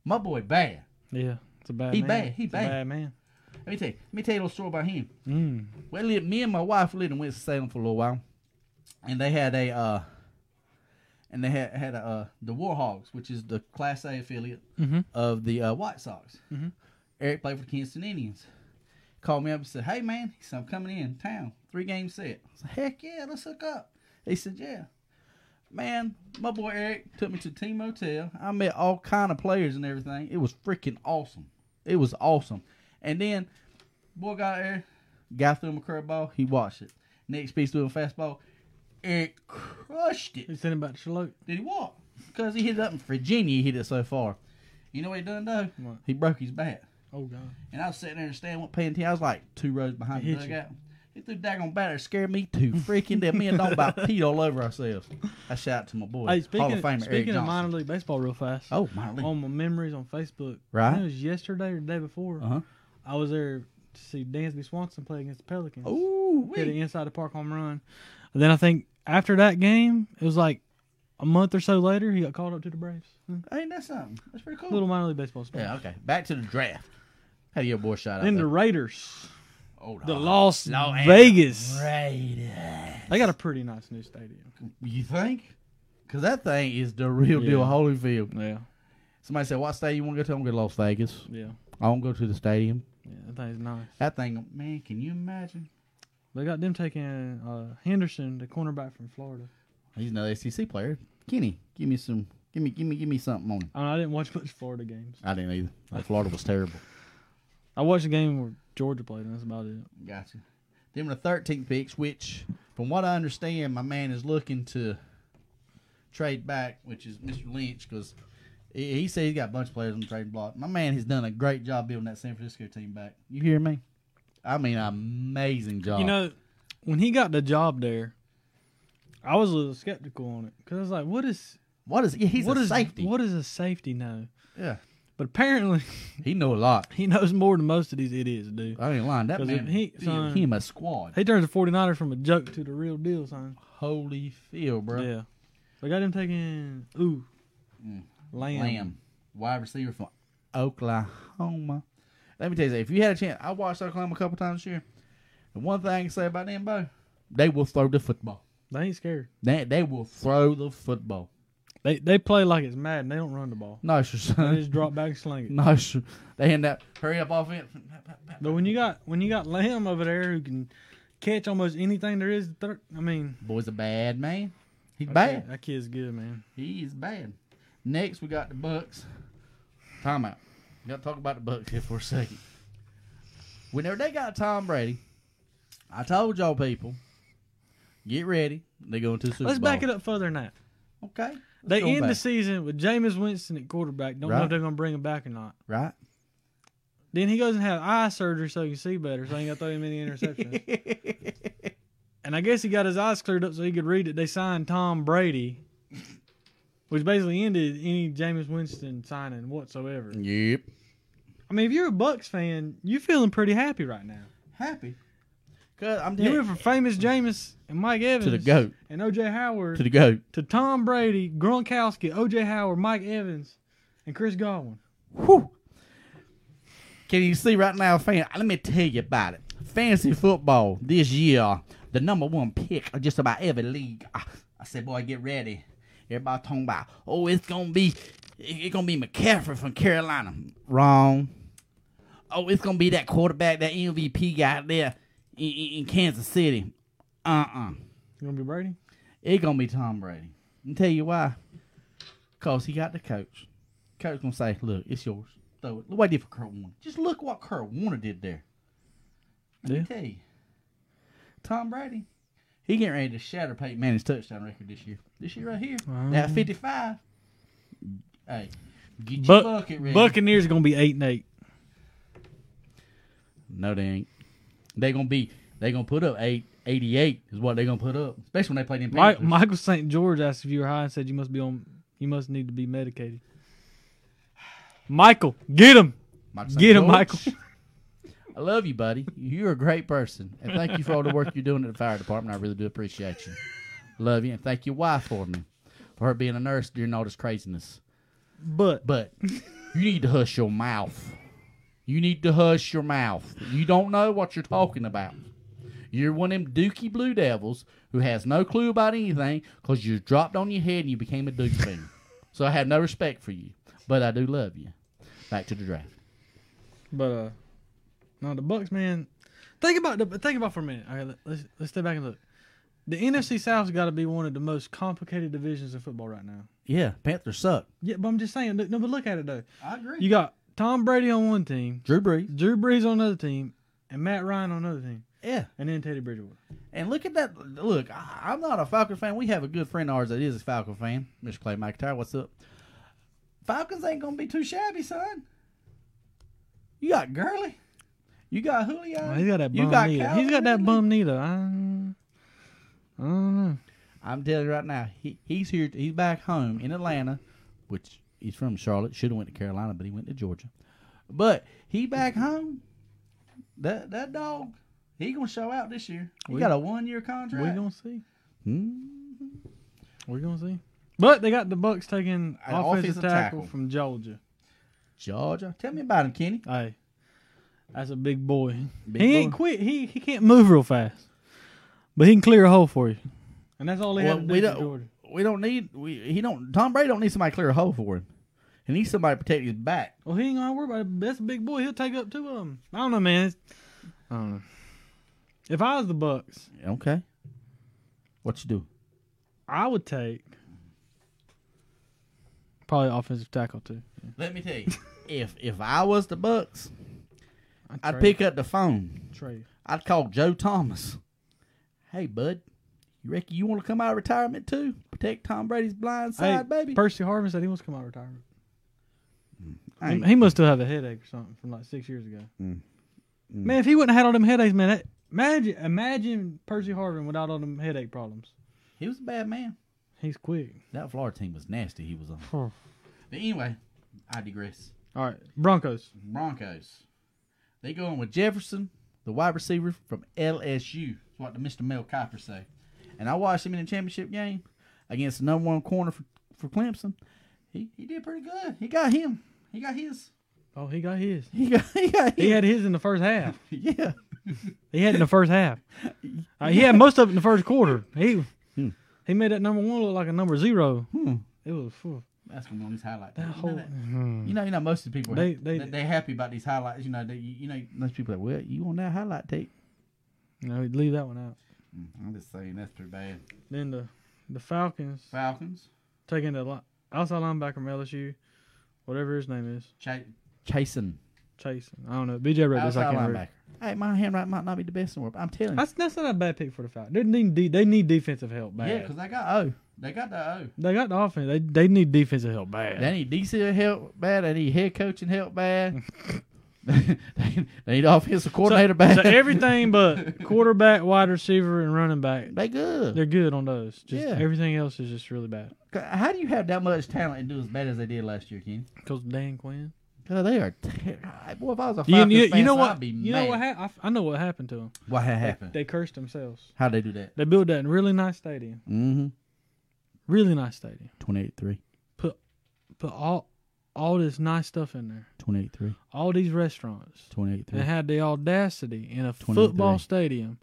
A: My boy bad.
B: Yeah, it's a bad.
A: He
B: man.
A: bad, he
B: It's a
A: bad.
B: bad man.
A: Let me tell you, let me tell you a little story about him.
B: Mm.
A: Well, li- me and my wife lived in Winston Salem for a little while, and they had a uh, and they had had a, uh, the Warhogs, which is the Class A affiliate
B: Mhm.
A: of the uh, White Sox.
B: Mhm.
A: Eric played for the Kinston Indians. Called me up and said, "Hey man," he said, "I'm coming in town, three game set." I said, "Heck yeah, let's hook up." He said, "Yeah." Man, my boy Eric took me to the team motel. I met all kind of players and everything. It was freaking awesome. It was awesome. And then boy got there, guy threw him a curveball. He watched it. Next piece threw him a fastball. Eric crushed it.
B: He's thinking about Shalote.
A: Did he walk? Because he hit it up in Virginia. He hit it so far. You know what he done though?
B: What?
A: He broke his back.
B: Oh God.
A: And I was sitting there and standing with P and T. I was like two rows behind
B: He
A: the
B: hit you.
A: dugout. He threw daggone batter, scared me to freaking death. Me and Don about peed all over ourselves. I shout to my boy,
B: Hey,
A: Hall
B: speaking
A: of Famer Eric
B: speaking
A: Johnson.
B: of minor league baseball, real fast.
A: oh my league.
B: on my memories on Facebook. I think
A: Right.
B: It was yesterday or the day before.
A: Uh huh.
B: I was there to see Dansby Swanson play against the Pelicans.
A: Ooh,
B: Oh, hit an inside the park home run. And then I think after that game, it was like a month or so later, he got called up to the Braves. Hmm.
A: ain't that something? That's pretty cool.
B: Little minor league baseball story.
A: Yeah. Okay. Back to the draft. How your boy shot out?
B: Then the
A: there?
B: Raiders,
A: Oh,
B: the
A: no.
B: Las
A: Los
B: Vegas.
A: Raiders.
B: They got a pretty nice new stadium.
A: You think? Because that thing is the real
B: Yeah.
A: deal, Holyfield.
B: Yeah,
A: Somebody said, "What stadium you want to go to?" I'm going to Las Vegas.
B: yeah,
A: I want to go to the stadium.
B: yeah. That thing's nice.
A: That thing, man. Can you imagine?
B: They got them taking uh, Henderson, the cornerback from Florida.
A: He's another SEC player. Kenny, give me some. Give me, give me, give me something on him.
B: I, mean, I didn't watch much Florida games.
A: I didn't either. Like, Florida was terrible.
B: I watched a game where Georgia played, and that's about it.
A: Gotcha. Then with the 13th picks, which, from what I understand, my man is looking to trade back, which is Mr. Lynch, because he, he said he's got a bunch of players on the trading block. My man has done a great job building that San Francisco team back. You hear me? I mean, amazing job.
B: You know, when he got the job there, I was a little skeptical on it because I was like, "What is
A: what is yeah, he's
B: what
A: a
B: is-
A: safety?
B: What does a safety know?
A: yeah,
B: But apparently,
A: he know a lot.
B: he knows more than most of these idiots do.
A: I ain't lying. That
B: 'Cause
A: man,
B: if he-
A: he,
B: son-
A: him a squad.
B: He turns a 49er from a joke to the real deal, son.
A: Holy field, bro.
B: Yeah. So I got him taking, ooh,
A: Mm.
B: Lamb.
A: Lamb, wide receiver from Oklahoma. Let me tell you, something. if you had a chance, I watched Oklahoma a couple times this year. The one thing I can say about them, Bo, they will throw the football.
B: They ain't scared.
A: They, they will throw the football.
B: They they play like it's mad and they don't run the ball.
A: No, sir,
B: They
A: son.
B: just drop back and sling it.
A: No, sir. They end up hurry up offense.
B: But when you got when you got Lamb over there who can catch almost anything there is, to thir- I mean,
A: Boy's a bad man. He's bad.
B: that kid's good, man.
A: He is bad. Next, we got the Bucks. Timeout. We got to talk about the Bucks here for a second. Whenever they got Tom Brady, I told y'all people, get ready. They going to the Super
B: Let's
A: Bowl.
B: back it up further than that.
A: up. Okay.
B: They
A: go
B: end the
A: back.
B: season with Jameis Winston at quarterback. Don't know
A: Right.
B: if they're gonna bring him back or not.
A: Right.
B: Then he goes and has eye surgery so he can see better, so he ain't got to throw him any interceptions. and I guess he got his eyes cleared up so he could read it. They signed Tom Brady, which basically ended any Jameis Winston signing whatsoever.
A: yep.
B: I mean, if you're a Bucks fan, you're feeling pretty happy right now.
A: Happy. Cause I'm
B: You went
A: dead.
B: from famous Jameis and Mike Evans
A: To the GOAT.
B: and OJ Howard
A: To
B: to,
A: the GOAT.
B: Tom Brady, Gronkowski, OJ Howard, Mike Evans, and Chris Godwin.
A: Whew. Can you see right now, fan? Let me tell you about it. Fantasy football this year, the number one pick of just about every league. I, I said, boy, get ready. Everybody talking about, oh, it's gonna be, it's gonna be McCaffrey from Carolina. Wrong. Oh, it's gonna be that quarterback, that MVP guy there in, in, in Kansas City. uh uh
B: You gonna be Brady?
A: it's gonna be Tom Brady. And tell you why. Cause he got the coach. Coach gonna say, "Look, it's yours. Throw it. Look what he did for Kurt Warner. Just look what Kurt Warner did there." Let
B: Yeah.
A: me tell you, Tom Brady, he getting ready to shatter Peyton Manning's touchdown record this year. This year right here, that
B: Um.
A: fifty-five. Hey, get your
B: Buck-
A: bucket ready.
B: Buccaneers gonna be eight and eight.
A: No, they ain't. They gonna be. They gonna put up eight. 88 is what they gonna put up, especially when they play them
B: Mi-
A: Panthers.
B: Michael St. George asked if you were high and said you must be on, you must need to be medicated. Michael, get him,
A: Michael St.
B: get him,
A: George.
B: Michael.
A: I love you, buddy. You're a great person, and thank you for all the work you're doing at the fire department. I really do appreciate you. Love you and thank your wife for me, for her being a nurse during all this craziness.
B: But,
A: But you need to hush your mouth. You need to hush your mouth. You don't know what you're talking about. You're one of them dookie blue devils who has no clue about anything because you dropped on your head and you became a dookie bean. So I have no respect for you, but I do love you. Back to the draft.
B: but uh, no, the Bucks, man. Think about the think about for a minute. All right, let- let's let's step back and look. The NFC South's got to be one of the most complicated divisions in football right now.
A: Yeah, Panthers suck.
B: Yeah, but I'm just saying. look- No, but look at it though.
A: I agree.
B: You got Tom Brady on one team,
A: Drew Brees.
B: Drew Brees on another team, and Matt Ryan on another team,
A: Yeah.
B: and then Teddy Bridgewater.
A: And look at that. Look, I, I'm not a Falcon fan. We have a good friend of ours that is a Falcon fan, Mr. Clay McIntyre. What's up? Falcons ain't going to be too shabby, son. You got Gurley. You got Julio.
B: Oh, he's got that
A: you
B: bum
A: got
B: knee. though.
A: Calvin
B: He's got that
A: Ridley.
B: bum knee though. I, I don't know.
A: I'm telling you right now, he, he's here. He's back home in Atlanta, which he's from Charlotte. Should have went to Carolina, but he went to Georgia. But he back home. That that dog, he gonna show out this year. He
B: We-
A: got a one year contract.
B: We're gonna see.
A: Hmm.
B: We're gonna see. But they got the Bucks taking
A: An
B: offensive,
A: offensive
B: tackle,
A: tackle.
B: from Georgia.
A: Georgia. Tell me about him, Kenny.
B: Hey, that's a big boy.
A: Big
B: he
A: boy.
B: ain't quit. He he can't move real fast, but he can clear a hole for you. And that's all they
A: Well,
B: had to do
A: we
B: for
A: don't-
B: Georgia.
A: We don't need we he don't Tom Brady don't need somebody to clear a hole for him. He needs somebody to protect his back.
B: Well, he ain't gonna worry about it. That's a big boy. He'll take up two of them. I don't know, man. It's, I don't know. If I was the Bucks,
A: Okay. What you do?
B: I would take probably offensive tackle too.
A: Let me tell you. if if I was the Bucks, I'd
B: trade-
A: pick up the phone.
B: trade.
A: I'd call Joe Thomas. Hey bud, you reckon you want to come out of retirement too? Protect Tom Brady's blind
B: Hey,
A: side, baby.
B: Percy Harvin said he wants to come out of retirement.
A: I
B: He,
A: ain't-
B: he must still have a headache or something from like six years ago.
A: Mm. Mm.
B: Man, if he wouldn't have had all them headaches, man, that, imagine imagine Percy Harvin without all them headache problems.
A: he was a bad man.
B: He's quick.
A: That Florida team was nasty. He was on.
B: all
A: But anyway, I digress.
B: right, Broncos.
A: Broncos. They going with Jefferson, the wide receiver from LSU. That's what the Mr. Mel Kiper say. And I watched him in the championship game against the number one corner for, for Clemson. He he did pretty good. He got him. He got his.
B: Oh, he got his.
A: He got he got
B: He
A: his.
B: had his in the first half.
A: Yeah.
B: He had it in the first half. Uh, he had most of it in the first quarter. He
A: Hmm.
B: he made that number one look like a number zero.
A: Hmm.
B: It was phew,
A: That's gonna be on these highlights.
B: that
A: you,
B: whole. Hmm.
A: know that? you know, you know, most of the people are-
B: They-
A: they,
B: they-
A: they, happy about these highlights. You know, they, you you know, those people are like, well, you on that highlight tape?
B: No, leave that one out.
A: Mm, I'm just saying that's pretty bad.
B: Then the the Falcons
A: Falcons,
B: taking the li- outside linebacker from LSU, whatever his name is,
A: Ch- chasing
B: Chase. I don't know. BJ read this. I
A: outside
B: can't
A: linebacker.
B: read.
A: Hey, my handwriting might not be the best in the world. But I'm telling you.
B: That's that's not a bad pick for the Falcons. They need de- they need defensive help bad.
A: Yeah, because they got O. They got the O.
B: they got the offense. They they need defensive help bad.
A: They need DC help bad. They need head coaching help bad. they, they need offensive coordinator bad.
B: So everything but quarterback, wide receiver, and running back,
A: they good.
B: they're good on those. Just
A: Yeah.
B: everything else is just really bad.
A: How do you have that much talent and do as bad as they did last year, Ken?
B: Because Dan Quinn.
A: God, they are. Ter- boy, if I was a
B: You,
A: Falcons
B: you,
A: fan,
B: you know
A: I'd
B: what?
A: be
B: You
A: mad.
B: know what? hap- I, f- I know what happened to them.
A: what had happened?
B: They cursed themselves.
A: How'd they do that?
B: They built that really nice stadium.
A: Mm-hmm.
B: Really nice stadium.
A: 28-3.
B: Put all all this nice stuff in there.
A: 28-3.
B: All these restaurants. They
A: 28-3.
B: had the audacity in a
A: 23.
B: football stadium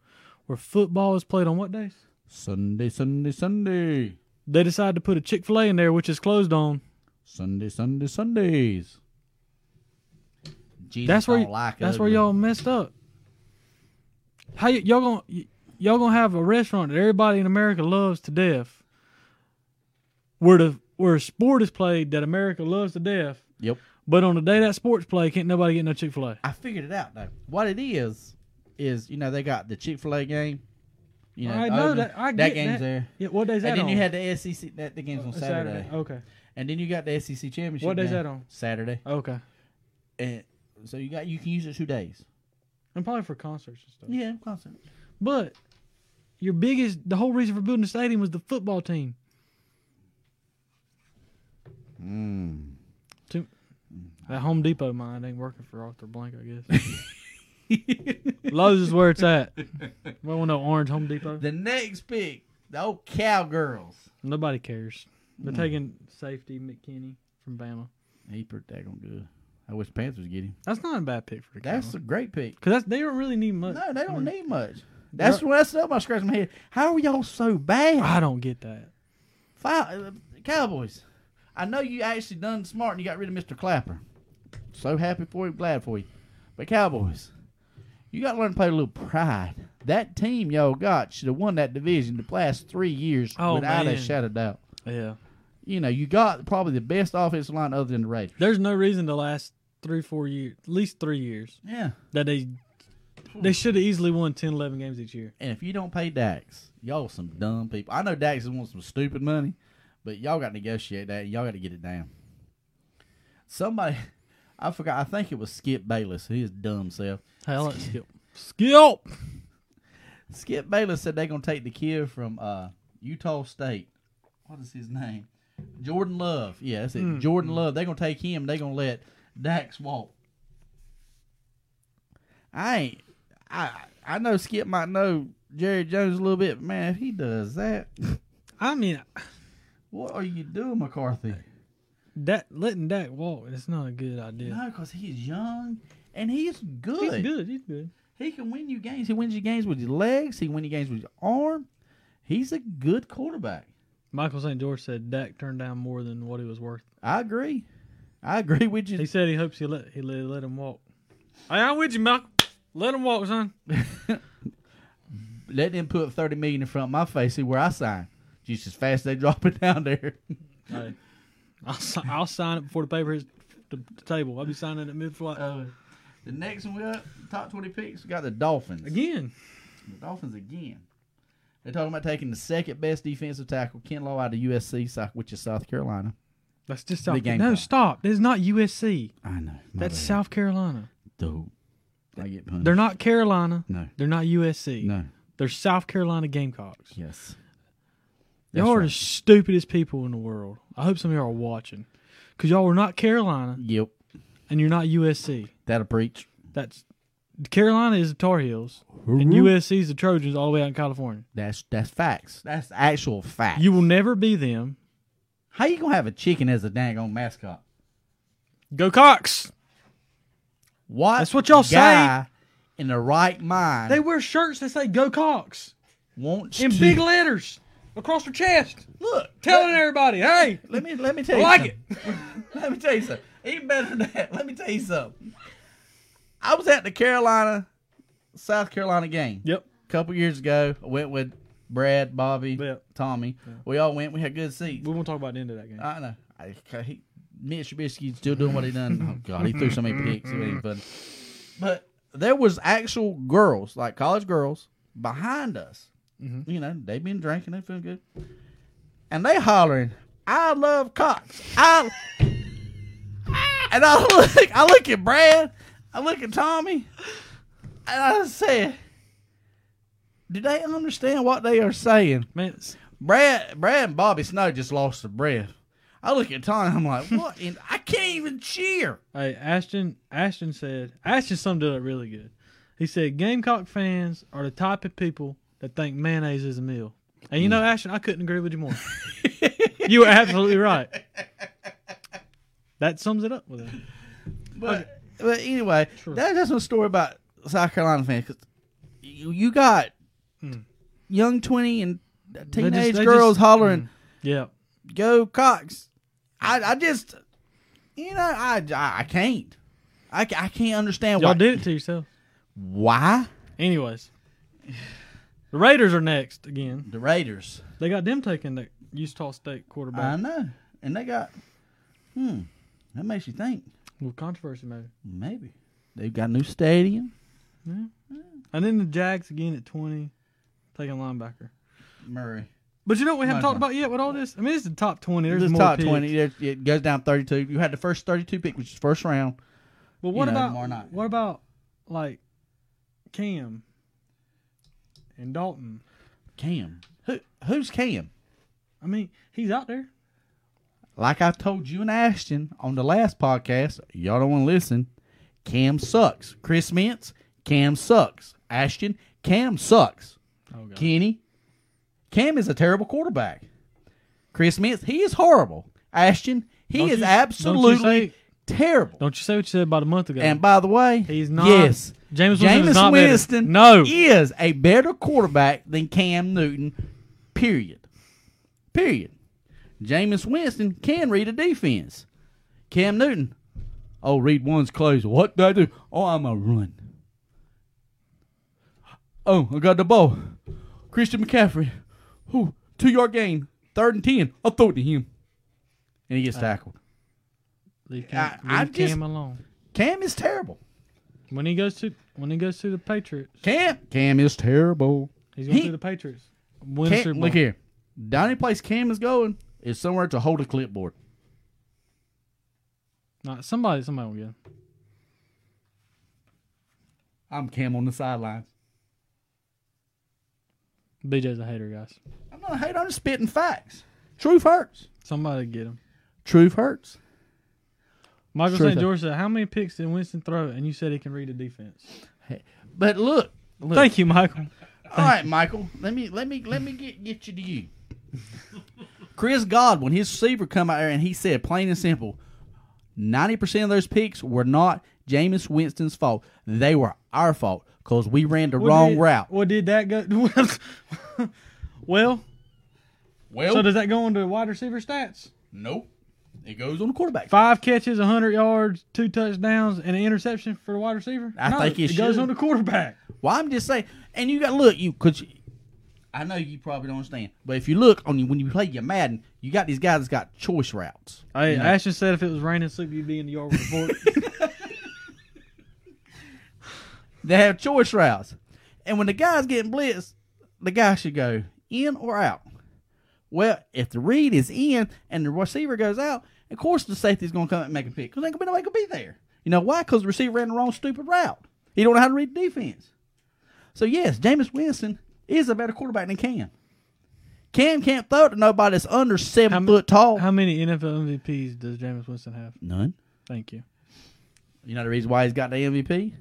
B: where football is played on what days?
A: Sunday, Sunday, Sunday.
B: They decided to put a Chick fil A in there, which is closed on.
A: Sunday, Sunday, Sundays. Jesus
B: That's where
A: don't
B: y-
A: like
B: That's where
A: ugly.
B: y'all messed up. How y- y'all gonna y- y'all gonna have a restaurant that everybody in America loves to death, where the where a sport is played that America loves to death,
A: Yep.
B: but on the day that sports play, can't nobody get no Chick Fil A.
A: I figured it out though. What it is is you know they got the Chick Fil A game. You know,
B: I know
A: open.
B: that- I get
A: game's
B: that.
A: there.
B: Yeah, what day's that
A: And then
B: on?
A: you had the SEC. That the game's on
B: Uh,
A: Saturday.
B: Okay,
A: And then you got the SEC championship.
B: What day's
A: game
B: that on?
A: Saturday.
B: okay,
A: And so you got you can use it two days.
B: and probably for concerts and stuff.
A: Yeah, concert.
B: But your biggest, the whole reason for building the stadium was the football team.
A: Mm.
B: That Home Depot mine ain't working for Arthur Blank, I guess. Lowe's is where it's at. We want no orange Home Depot.
A: The next pick The old cowgirls.
B: Nobody cares.
A: Mm.
B: They're taking safety McKinney from Bama.
A: He pretty daggone good. I wish Panthers get him.
B: That's not a bad pick for the
A: That's
B: Cowboys.
A: a great pick.
B: Because they don't really need much. Mm.
A: No, they don't need much. That's that's up my scratch my head. How are y'all so bad?
B: I don't get that.
A: Fi- uh, Cowboys. I know you actually done smart and you got rid of Mr. Clapper. So happy for you, glad for you. But Cowboys, you got to learn to play a little pride. That team y'all got should have won that division the last three years
B: Oh,
A: without a
B: man.
A: shadow of doubt.
B: Yeah.
A: You know, you got probably the best offensive line other than the Raiders.
B: There's no reason to last three, four years, at least three years,
A: Yeah.
B: that they they should have easily won 10, 11 games each year.
A: And if you don't pay Dax, y'all some dumb people. I know Dax wants some stupid money, but y'all got to negotiate that. Y'all got to get it down. Somebody, I forgot. I think it was Skip Bayless. His dumb self.
B: Hell, let's skip. Skip!
A: Skip Bayless said they're gonna take the kid from uh, Utah State. What is his name? Jordan Love. Yeah, that's it. Jordan Love. They're gonna take him. They're gonna let Dax walk. I ain't. I I know Skip might know Jerry Jones a little bit, but man. If he does that.
B: I mean,
A: What are you doing, McCarthy?
B: that letting Dak walk is not a good idea.
A: No, because he's young and he's good.
B: He's good. He's good.
A: He can win you games. He wins you games with his legs. He can win you games with his arm. He's a good quarterback.
B: Michael St. George said Dak turned down more than what he was worth.
A: I agree. I agree with
B: He
A: you.
B: said he hopes he let he let, let him walk. Hey, I'm with you, Michael. Let him walk, son.
A: Let him put thirty million in front of my face. See where I sign. Just as fast as they drop it down there.
B: Hey, I'll, si- I'll sign it before the paper hits the, the table. I'll be signing it mid flight
A: Uh, the next one we got top twenty picks. We got the Dolphins.
B: again.
A: The Dolphins again. They're talking about taking the second best defensive tackle, Ken Law, out of USC, South- which is South Carolina.
B: That's just South.
A: Big game
B: no,
A: time.
B: stop. This is not USC.
A: I know. my
B: That's
A: bad.
B: South Carolina.
A: Dude, I get punished.
B: They're not Carolina.
A: no,
B: They're not USC.
A: no.
B: They're South Carolina Gamecocks.
A: Yes.
B: y'all are the stupidest people in the world. I hope some of y'all are watching, because y'all are not Carolina
A: Yep.
B: and you're not USC.
A: That'll preach.
B: That's Carolina is the Tar Heels and USC is the Trojans all the way out in California.
A: That's that's facts. That's actual facts.
B: You will never be them.
A: How you gonna have a chicken as a daggone mascot?
B: Go Cox.
A: What?
B: That's what y'all
A: guy In the right mind,
B: They
A: they
B: wear shirts that say Go Cox
A: wants
B: in
A: to
B: big letters across their chest,
A: look.
B: telling everybody, "Hey,
A: Let me let me tell
B: I
A: you.
B: like
A: something.
B: it."
A: Let me tell you something. Even better than that. Let me tell you something. I was at the Carolina, South Carolina game.
B: Yep.
A: couple years ago. I went with Brad, Bobby,
B: Yeah.
A: Tommy. We all went. We had good seats.
B: We won't talk about the end of that game.
A: I know. I, he, Mitch Trubisky still doing what he done. Oh God, he threw so many picks. It ain't funny. But there was actual girls, like college girls, behind us. You know, they been drinking. They feeling good, and they hollering, "I love Cox." I and I look. I look at Brad. I look at Tommy, and I said, "Do they understand what they are saying?"
B: Man, it's-
A: Brad, Brad and Bobby Snow just lost their breath. I look at Tony, I'm like, what? in I can't even cheer.
B: Hey, Ashton. Ashton said. Ashton summed it up really good. He said, "Gamecock fans are the type of people that think mayonnaise is a meal." And you
A: Mm.
B: know, Ashton, I couldn't agree with you more. you were absolutely right. That sums it up with it.
A: But, but anyway,
B: True.
A: that, that's my story about South Carolina fans. 'cause you, you got young twenty and teenage
B: Hmm. they
A: girls
B: just- Hmm.
A: hollering,
B: Yeah.
A: "Go Cox!" I, I just, you know, I, I, I can't. I, ca- I can't understand
B: Y'all
A: why.
B: did it to yourself.
A: Why
B: Anyways, the Raiders are next again.
A: the Raiders?
B: They got them taking the Utah State
A: I
B: quarterback.
A: know, and they got. Hmm, that makes you think.
B: Well, controversy maybe.
A: Maybe they've got a new stadium.
B: And then the Jags again at twenty, taking linebacker.
A: Murray.
B: But you know what we haven't
A: Might
B: talked about yet with all this? I mean, it's the top 20. There's
A: Uh-huh. This
B: more
A: top
B: picks.
A: twenty, it, it goes down thirty-two. You had the first thirty-two pick, which is first round.
B: But what
A: know,
B: about
A: more not.
B: what about like Cam and Dalton?
A: Cam, who who's Cam?
B: I mean, he's out there.
A: Like I told you and Ashton on the last podcast, y'all don't want to listen. Cam sucks. Chris Mintz, Cam sucks. Ashton, Cam sucks.
B: Oh god.
A: Kenny, Cam is a terrible quarterback. Chris Mintz, he is horrible. Ashton, he
B: Don't
A: is
B: you- don't you
A: absolutely
B: say-
A: terrible.
B: Don't you say what you said about a month ago?
A: And by the way,
B: He's not.
A: Yes,
B: James Winston is
A: Jameis
B: not better.
A: Winston
B: No.
A: is a better quarterback than Cam Newton. Period. Period. Jameis Winston can read a defense. Cam Newton, oh, read one's close. What do I do? Oh, I'm a run. Oh, I got the ball. Christian McCaffrey, who two yard gain, third and ten. I'll throw it to him, and he gets tackled.
B: leave Cam,
A: I- I
B: leave
A: just-
B: Cam alone.
A: Cam is terrible.
B: When he goes to when he goes to the Patriots,
A: Cam Cam is terrible.
B: he's going
A: He-
B: to the Patriots. Win the
A: Cam-
B: Super Bowl.
A: look here. The only place Cam is going is somewhere to hold a clipboard.
B: Nah, somebody, somebody will get him.
A: I'm Cam on the sidelines.
B: BJ's a hater, guys.
A: I'm not a hater. I'm just spitting facts. Truth hurts.
B: Somebody get him.
A: Truth hurts.
B: Michael
A: Sure
B: St.
A: thing.
B: George said, "How many picks did Winston throw?" And you said he can read the defense.
A: But look, look.
B: Thank you, Michael.
A: All right, Michael. Let me let me let me get get you to you. Chris Godwin, his receiver, come out there and he said, plain and simple, ninety percent of those picks were not Jameis Winston's fault. They were our fault because we ran the
B: What
A: wrong
B: did-
A: route.
B: What did that go? well,
A: Well,
B: so does that go into wide receiver stats?
A: nope. It goes on the quarterback.
B: Five catches, 100 yards, two touchdowns, and an interception for the wide receiver?
A: I
B: No,
A: think it
B: it goes
A: should.
B: on the quarterback.
A: Well, I'm just saying, and you got look, you could. I know you probably don't understand, but if you look on you when you play your Madden, you got these guys that's got choice routes.
B: Hey,
A: You know?
B: Ashton said if it was raining sleep, you'd be in the yard with a fork.
A: They have choice routes, and when the guy's getting blitzed, the guy should go in or out. Well, if the read is in and the receiver goes out, of course the safety's going to come out and make a pick because ain't going to be nobody gonna be there. You know why? Because the receiver ran the wrong stupid route. He don't know how to read defense. So yes, Jameis Winston is a better quarterback than Cam. Cam can't throw it to nobody that's under seven
B: How ma-
A: foot tall.
B: How many NFL MVPs does Jameis Winston have?
A: None.
B: Thank you.
A: You know the reason why he's got the MVP?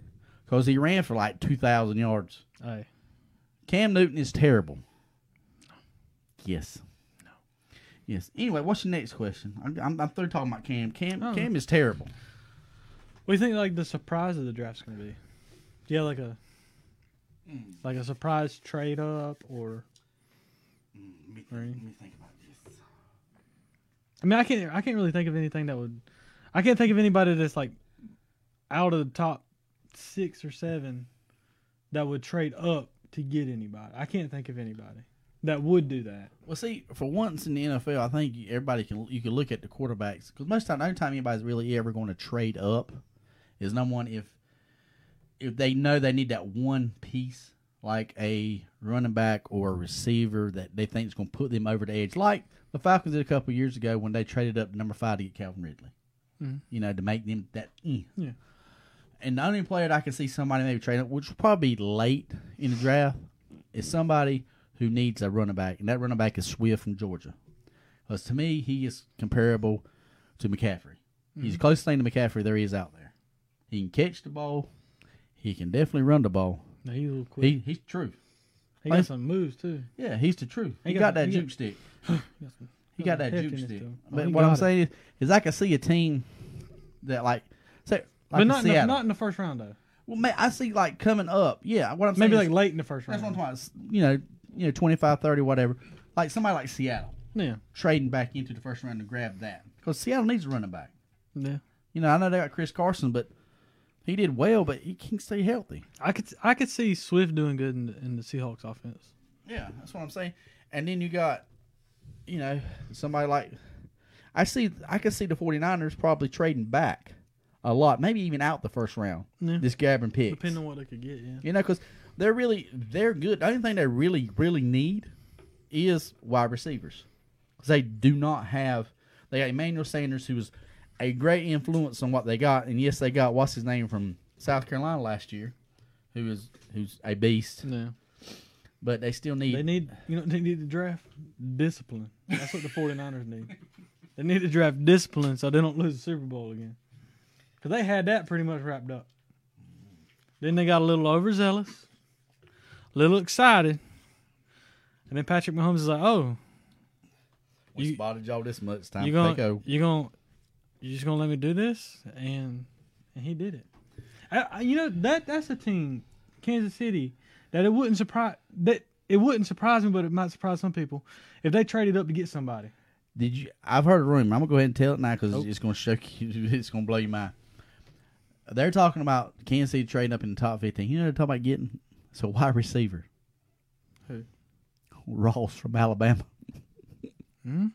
A: Because he ran for like two thousand yards.
B: Hey,
A: Cam Newton is terrible. Yes. Yes. Anyway, what's your next question? I'm, I'm, I'm through talking about Cam. Cam
B: Oh.
A: Cam is terrible.
B: what do you think like the surprise of the draft's going to be? Do you have like a
A: Mm.
B: like a surprise trade up or? Right. let
A: think about this.
B: I mean, I can't I can't really think of anything that would. I can't think of anybody that's like out of the top six or seven that would trade up to get anybody. I can't think of anybody that would do that.
A: Well, see, for once in the NFL, I think you- everybody can you can look at the quarterbacks because most time, the only time anybody's really ever going to trade up is number one if if they know they need that one piece like a running back or a receiver that they think is going to put them over the edge, like the Falcons did a couple years ago when they traded up to number five to get Calvin Ridley.
B: Mhm.
A: You know, to make them that. eh.
B: Yeah.
A: And the only player that I can see somebody maybe trading up, which will probably be late in the draft, is somebody who needs a running back, and that running back is Swift from Georgia. Because to me, he is comparable to McCaffrey.
B: Hmm.
A: He's the closest thing to McCaffrey there is out there. He can catch the ball. He can definitely run the ball.
B: No, he's a little quick.
A: He,
B: He,
A: he's the truth.
B: got some moves too.
A: Yeah, he's the truth. He,
B: He
A: got,
B: got-
A: that
B: he got-
A: juke stick.
B: He got some-
A: He got that
B: heck
A: juke
B: in it,
A: stick.
B: though. Oh,
A: But
B: he
A: what I'm
B: got it.
A: saying is, is I can see a team that like, say, like
B: but
A: in
B: not in, the,
A: Seattle.
B: not in the first round though.
A: well, man, I see like coming up. Yeah, what I'm saying
B: Maybe
A: is-
B: like late in the first
A: That's
B: round.
A: what I'm talking about. It's, You know, you know, 25, 30, whatever. Like somebody like Seattle
B: Yeah,
A: trading back into the first round to grab that because Seattle needs a running back.
B: yeah.
A: You know, I know they got Chris Carson, but he did well, but he can't stay healthy.
B: I could I could see Swift doing good in the, in the Seahawks offense.
A: Yeah, that's what I'm saying. And then you got, you know, somebody like I see. I can see the 49ers probably trading back a lot, maybe even out the first round.
B: Yeah.
A: This grabbing pick,
B: Depending on what they could get. Yeah.
A: You know, because they're really they're good. The only thing they really really need is wide receivers. 'Cause They do not have. They got Emmanuel Sanders, who was a great influence on what they got, and yes, they got what's his name from South Carolina last year, who is who's a beast.
B: Yeah.
A: But they still need.
B: They need you know they need to draft discipline. That's what the 49ers need. They need to draft discipline so they don't lose the Super Bowl again. Cuz they had that pretty much wrapped up. Then they got a little overzealous, a little excited, And then Patrick Mahomes is like, oh,
A: We
B: You-
A: spotted y'all this much. It's time
B: you
A: to
B: going
A: take over.
B: to you going to you just going to let me do this and and he did it. I, I, you know that that's a team Kansas City that it wouldn't surprise that it wouldn't surprise me but it might surprise some people if they traded up to get somebody.
A: Did you? I've heard a rumor. I'm gonna go ahead and tell it now because
B: Oh.
A: it's going to shock you. It's going to blow your mind. They're talking about Kansas City trading up in the top 15. You know they're talking about getting so wide receiver.
B: Who?
A: Ross from Alabama.
B: Hmm?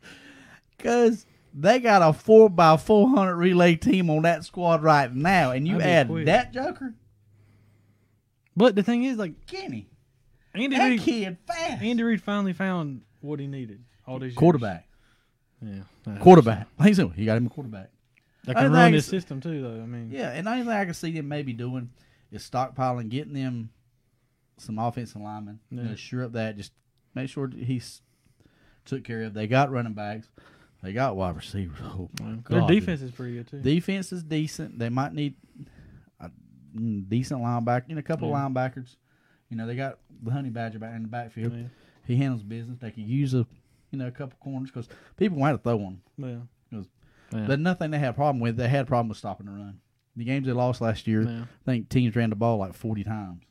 A: Because they got a four by four hundred relay team on that squad right now, and you
B: That'd be
A: add
B: quick.
A: that joker,
B: But the thing is like
A: Kenny,
B: Andy
A: that
B: Reid
A: kid fast.
B: Andy Reid finally found what he needed all these years.
A: quarterback,
B: Yeah. I-
A: quarterback. Like I said, he got him a quarterback.
B: That
A: I
B: can
A: think
B: run this
A: it's-
B: system too though. I mean,
A: Yeah, and the only thing I can see them maybe doing is stockpiling, getting them some offensive linemen. You know,
B: Yeah.
A: sure up that, just make sure that he's took care of. They got running backs, they got wide receivers. Oh my
B: their
A: God,
B: defense is pretty good too.
A: dude. defense is decent. They might need a mm, decent linebacker, you know, a couple
B: Yeah.
A: of linebackers. You know, they got the honey badger back in the backfield.
B: Yeah.
A: He handles business. They could use a, you know, a couple corners because people want to throw on.
B: Yeah.
A: It was-
B: Yeah.
A: But nothing they had a problem with. They had a problem with stopping the run. The games they lost last year,
B: yeah.
A: I think teams ran the ball like forty times.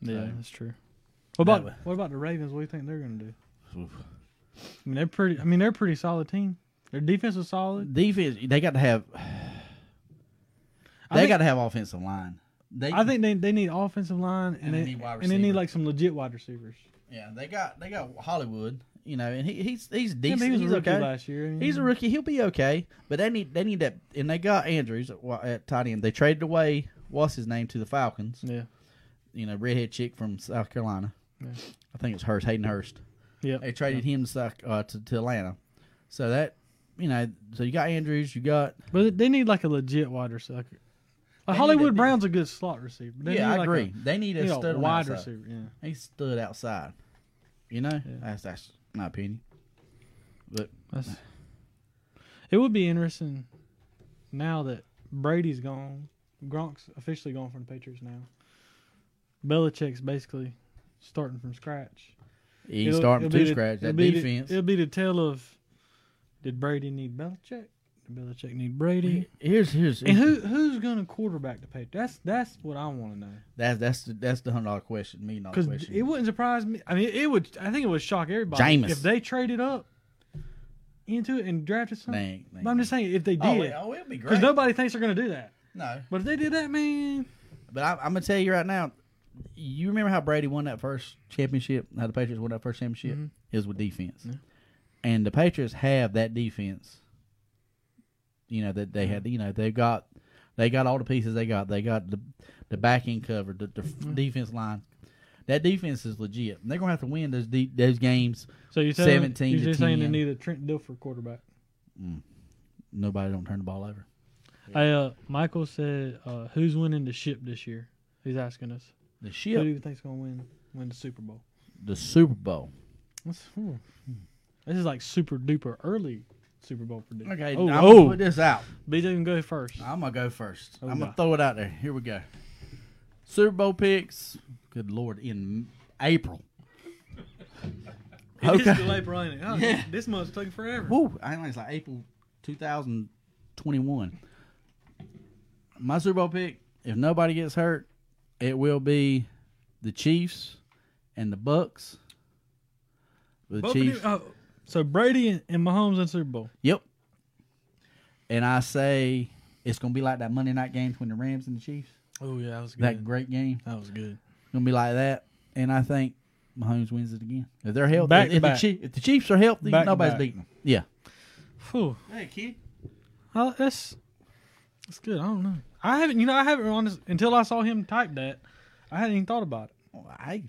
B: Yeah,
A: So-
B: that's true. What
A: That
B: about
A: way-
B: what about the Ravens? What do you think they're going to do? I mean, they're pretty. I mean, they're a pretty solid team. Their defense was solid.
A: Defense, they got to have.
B: I
A: They
B: think,
A: got to have offensive line. They,
B: I think they, they need offensive line and, they, need
A: wide
B: and they need
A: receiver.
B: like some legit wide receivers.
A: yeah, they got they got Hollywood, you know, and he, he's he's
B: Yeah, but
A: decent.
B: he was a
A: he's
B: rookie mm-hmm.
A: okay.
B: last year. I mean,
A: He's a rookie. He'll be okay. But they need they need that, and they got Andrews at, wa- at tight end. They traded away what's his name to the Falcons.
B: Yeah,
A: You know, redhead chick from South Carolina.
B: Yeah.
A: I think it's Hurst Hayden Hurst.
B: yeah.
A: They traded him to, South- uh, to to Atlanta. So that you know, so you got Andrews, you got
B: But they need like a legit wide receiver. Like
A: They need
B: Hollywood
A: a-
B: Brown's a good slot receiver. They
A: yeah,
B: need,
A: I
B: like, a-
A: agree. they need
B: they need
A: a
B: a
A: stud on the
B: wide
A: outside.
B: receiver. Yeah.
A: He stood outside. You know,
B: Yeah.
A: that's that's my opinion. But
B: That's, it would be interesting now that Brady's gone. Gronk's officially gone from the Patriots now. Belichick's basically starting from scratch.
A: he's
B: It'll-
A: starting to
B: it'll be the-
A: scratch
B: it'll
A: that
B: be the-
A: defense.
B: it'll be the tale of did Brady need Belichick? Did Belichick need Brady?
A: here's here's,
B: And who who's going to quarterback the Patriots? That's that's what I want to know.
A: that's that's the, that's the hundred dollar question, million dollar
B: Because
A: question.
B: it wouldn't surprise me. I mean, it would. I think it would shock everybody
A: Jameis.
B: if they traded up into it and drafted
A: Nah,
B: something.
A: nah.
B: But I'm just saying if they
A: oh,
B: did,
A: it, oh, it'll be
B: because
A: great.
B: nobody thinks they're going to do that.
A: no,
B: But if they did that, man,
A: but I, I'm gonna tell you right now. You remember how Brady won that first championship? How the Patriots won that first championship?
B: Mhm.
A: It was with defense,
B: Yeah.
A: and the Patriots have that defense. You know that they
B: Mm-hmm.
A: had. You know they've got they got all the pieces they got. They got the the back end covered, the, the f
B: Mm-hmm.
A: defense line. That defense is legit. And they're gonna have to win those deep, those games.
B: so you're
A: telling-
B: telling,
A: 17 you're
B: you're
A: to
B: just saying they
A: 10.
B: need a Trent Dilfer quarterback.
A: Nobody don't turn the ball over.
B: Hey, uh, Michael said, uh, "Who's winning the ship this year?" He's asking us.
A: The
B: Who do
A: ship,
B: you think's gonna win win the Super Bowl?
A: the Super Bowl.
B: That's, hmm. This is like super duper early Super Bowl prediction.
A: Okay,
B: Oh,
A: I'm
B: oh.
A: gonna put this out.
B: BJ can go first.
A: I'm gonna go first.
B: Oh,
A: I'm gonna
B: God.
A: throw it out there. Here we go. Super Bowl picks. Good lord, in April.
B: It is
A: Okay.
B: still April, ain't it? Oh,
A: Yeah.
B: This month's taking forever.
A: Woo! I think it's like April 2021. My Super Bowl pick. If nobody gets hurt, it will be the Chiefs and the Bucks. The
B: Both of
A: Chiefs.
B: them- oh, so Brady and, and Mahomes in Super Bowl.
A: Yep. And I say it's gonna be like that Monday night game between the Rams and the Chiefs.
B: Oh yeah, that was
A: That great game.
B: That was good.
A: gonna be like that. And I think Mahomes wins it again. If they're healthy,
B: Back
A: if,
B: to
A: the
B: back.
A: Chief- if the Chiefs are healthy,
B: Back to
A: nobody's
B: back.
A: beating them. Yeah.
B: Whew.
A: Hey, kid.
B: Oh, that's that's good. I don't know. I haven't, you know, I haven't honest, until I saw him type that. I hadn't even thought about it.
A: Hey,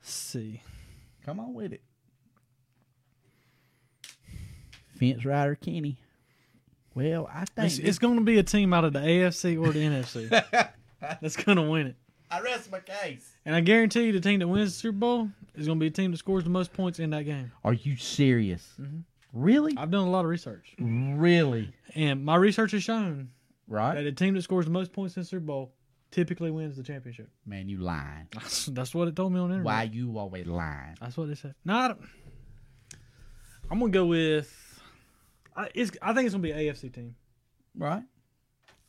B: Let's see,
A: come on with it. Fence rider Kenny. Well, I think
B: it's, it's going to be a team out of the AFC or the NFC that's going to win it.
A: I rest my case.
B: And I guarantee you, the team that wins the Super Bowl is going to be a team that scores the most points in that game.
A: Are you serious?
B: Mhm.
A: Really?
B: I've done a lot of research,
A: really?
B: and my research has shown that
A: Right?
B: the team that scores the most points in the Super Bowl typically wins the championship.
A: Man, you lying.
B: That's, that's what it told me on the internet.
A: Why you always lying?
B: That's what they said. No, I don't- I'm gonna go with. I, it's, I think it's gonna be an AFC team.
A: Right?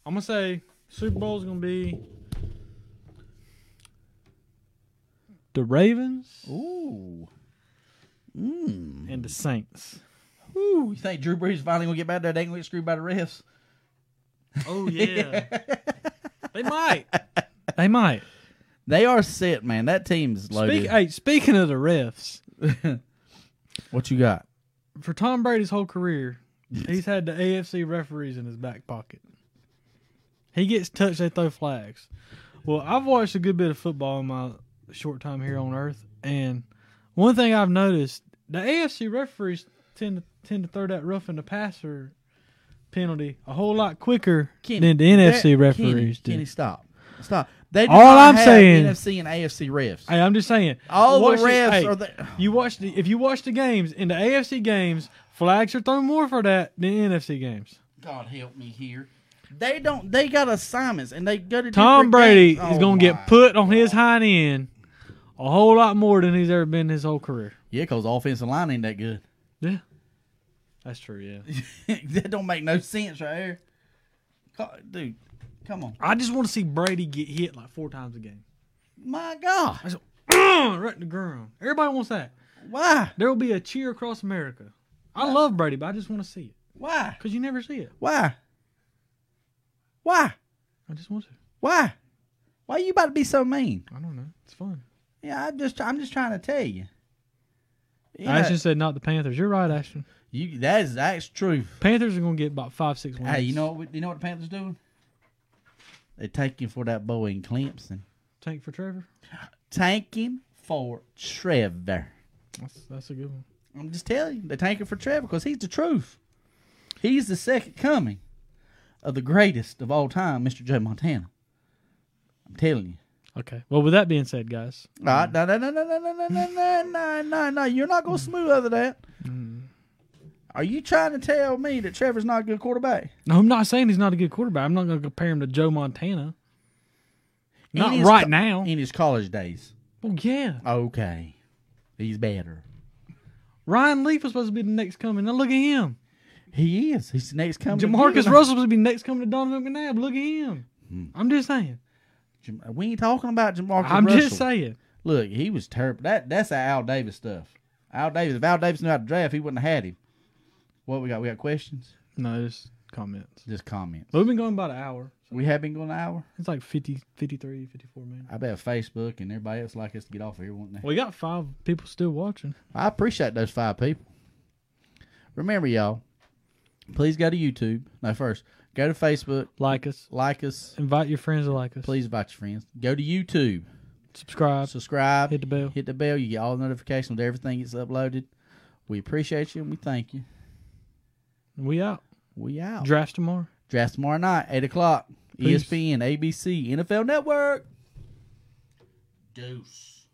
B: I'm gonna say Super Bowl is gonna be the Ravens
A: Ooh. Mmm.
B: and the Saints.
A: Ooh. You think Drew Brees finally gonna get back there? They ain't gonna get screwed by the refs.
B: Oh yeah, they might. They might.
A: They are set, man. That team's
B: Speak,
A: loaded.
B: hey, speaking of the refs,
A: what you got?
B: for Tom Brady's whole career, he's had the AFC referees in his back pocket. He gets touched, they throw flags. Well, I've watched a good bit of football in my short time here on earth, and one thing I've noticed the AFC referees tend to tend to throw that rough in the passer penalty a whole lot quicker than the NFC
A: that-
B: referees
A: Kenny, Kenny,
B: do.
A: stop. Stop. They do
B: All
A: not
B: I'm
A: have
B: saying-
A: NFC and AFC refs.
B: Hey, I'm just saying.
A: All the
B: watch
A: refs
B: hey,
A: are the.
B: You watch the if you watch the games in the AFC games, flags are thrown more for that than NFC games.
A: God help me here. They don't. They got assignments, and they go to
B: Tom
A: different
B: Brady
A: games.
B: is
A: Oh,
B: gonna
A: my.
B: get put on his hind end a whole lot more than he's ever been his whole career.
A: Yeah, because offensive line ain't that good.
B: Yeah, that's true. Yeah,
A: that don't make no sense right here. Co- Dude, come on.
B: I just want to see Brady get hit like four times a game,
A: My God.
B: right in the ground. Everybody wants that.
A: Why?
B: There will be a cheer across America. I love Brady, but I just want to see it
A: Why?
B: because you never see it.
A: Why? Why?
B: I just want to.
A: Why? Why you about to be so mean?
B: I don't know. It's fun.
A: Yeah, I just I'm just trying to tell you. You know,
B: Ashton said not the Panthers. You're right, Ashton.
A: you that is that's true.
B: Panthers are gonna get about five, six wins.
A: Hey, you know what you know what the Panthers doing? They taking for that boy in Clemson.
B: tank for Trevor.
A: Tanking for Trevor.
B: That's that's a good one.
A: I'm just telling you, they're tanking for Trevor because he's the truth. He's the second coming of the greatest of all time, Mr. Joe Montana. I'm telling you.
B: Okay. Well, with that being said, guys,
A: No, no, no, no, no, no, no, no, no, no, no, no, no. You're not going to smooth over that.
B: Mm.
A: Are you trying to tell me that Trevor's not a good quarterback?
B: no, I'm not saying he's not a good quarterback. I'm not going to compare him to Joe Montana. Not
A: In his
B: right
A: co-
B: now.
A: In his college days.
B: oh yeah,
A: Okay. He's better.
B: Ryan Leaf was supposed to be the next coming. Now look at him.
A: He is. He's the next coming.
B: Jamarcus
A: again.
B: Russell was supposed to be next coming to Donovan McNabb. Look at him. I'm just saying.
A: Jam- We ain't talking about Hmm. Jamarcus
B: I'm
A: Russell.
B: just saying.
A: Look, he was terrible. That That's the Al Davis stuff. Al Davis. If Al Davis knew how to draft, he wouldn't have had him. What we got? We got questions?
B: No, just comments.
A: Just comments.
B: But we've been going about an hour.
A: We have been going an hour.
B: It's like 50, 53, 54 minutes.
A: I bet Facebook and everybody else like us to get off of here, wouldn't they?
B: We got five people still watching.
A: I appreciate those five people. Remember, y'all, please go to YouTube. No, first, go to Facebook,
B: Like us.
A: like us.
B: Invite your friends to like us.
A: Please invite your friends. Go to YouTube,
B: subscribe.
A: subscribe,
B: Hit the bell.
A: hit the bell. You get all the notifications when everything gets uploaded. We appreciate you and we thank you.
B: We out.
A: We out.
B: Drafts tomorrow.
A: Draft tomorrow night, 8 o'clock. E
B: Peace.
A: ESPN, ABC, NFL Network. Deuce.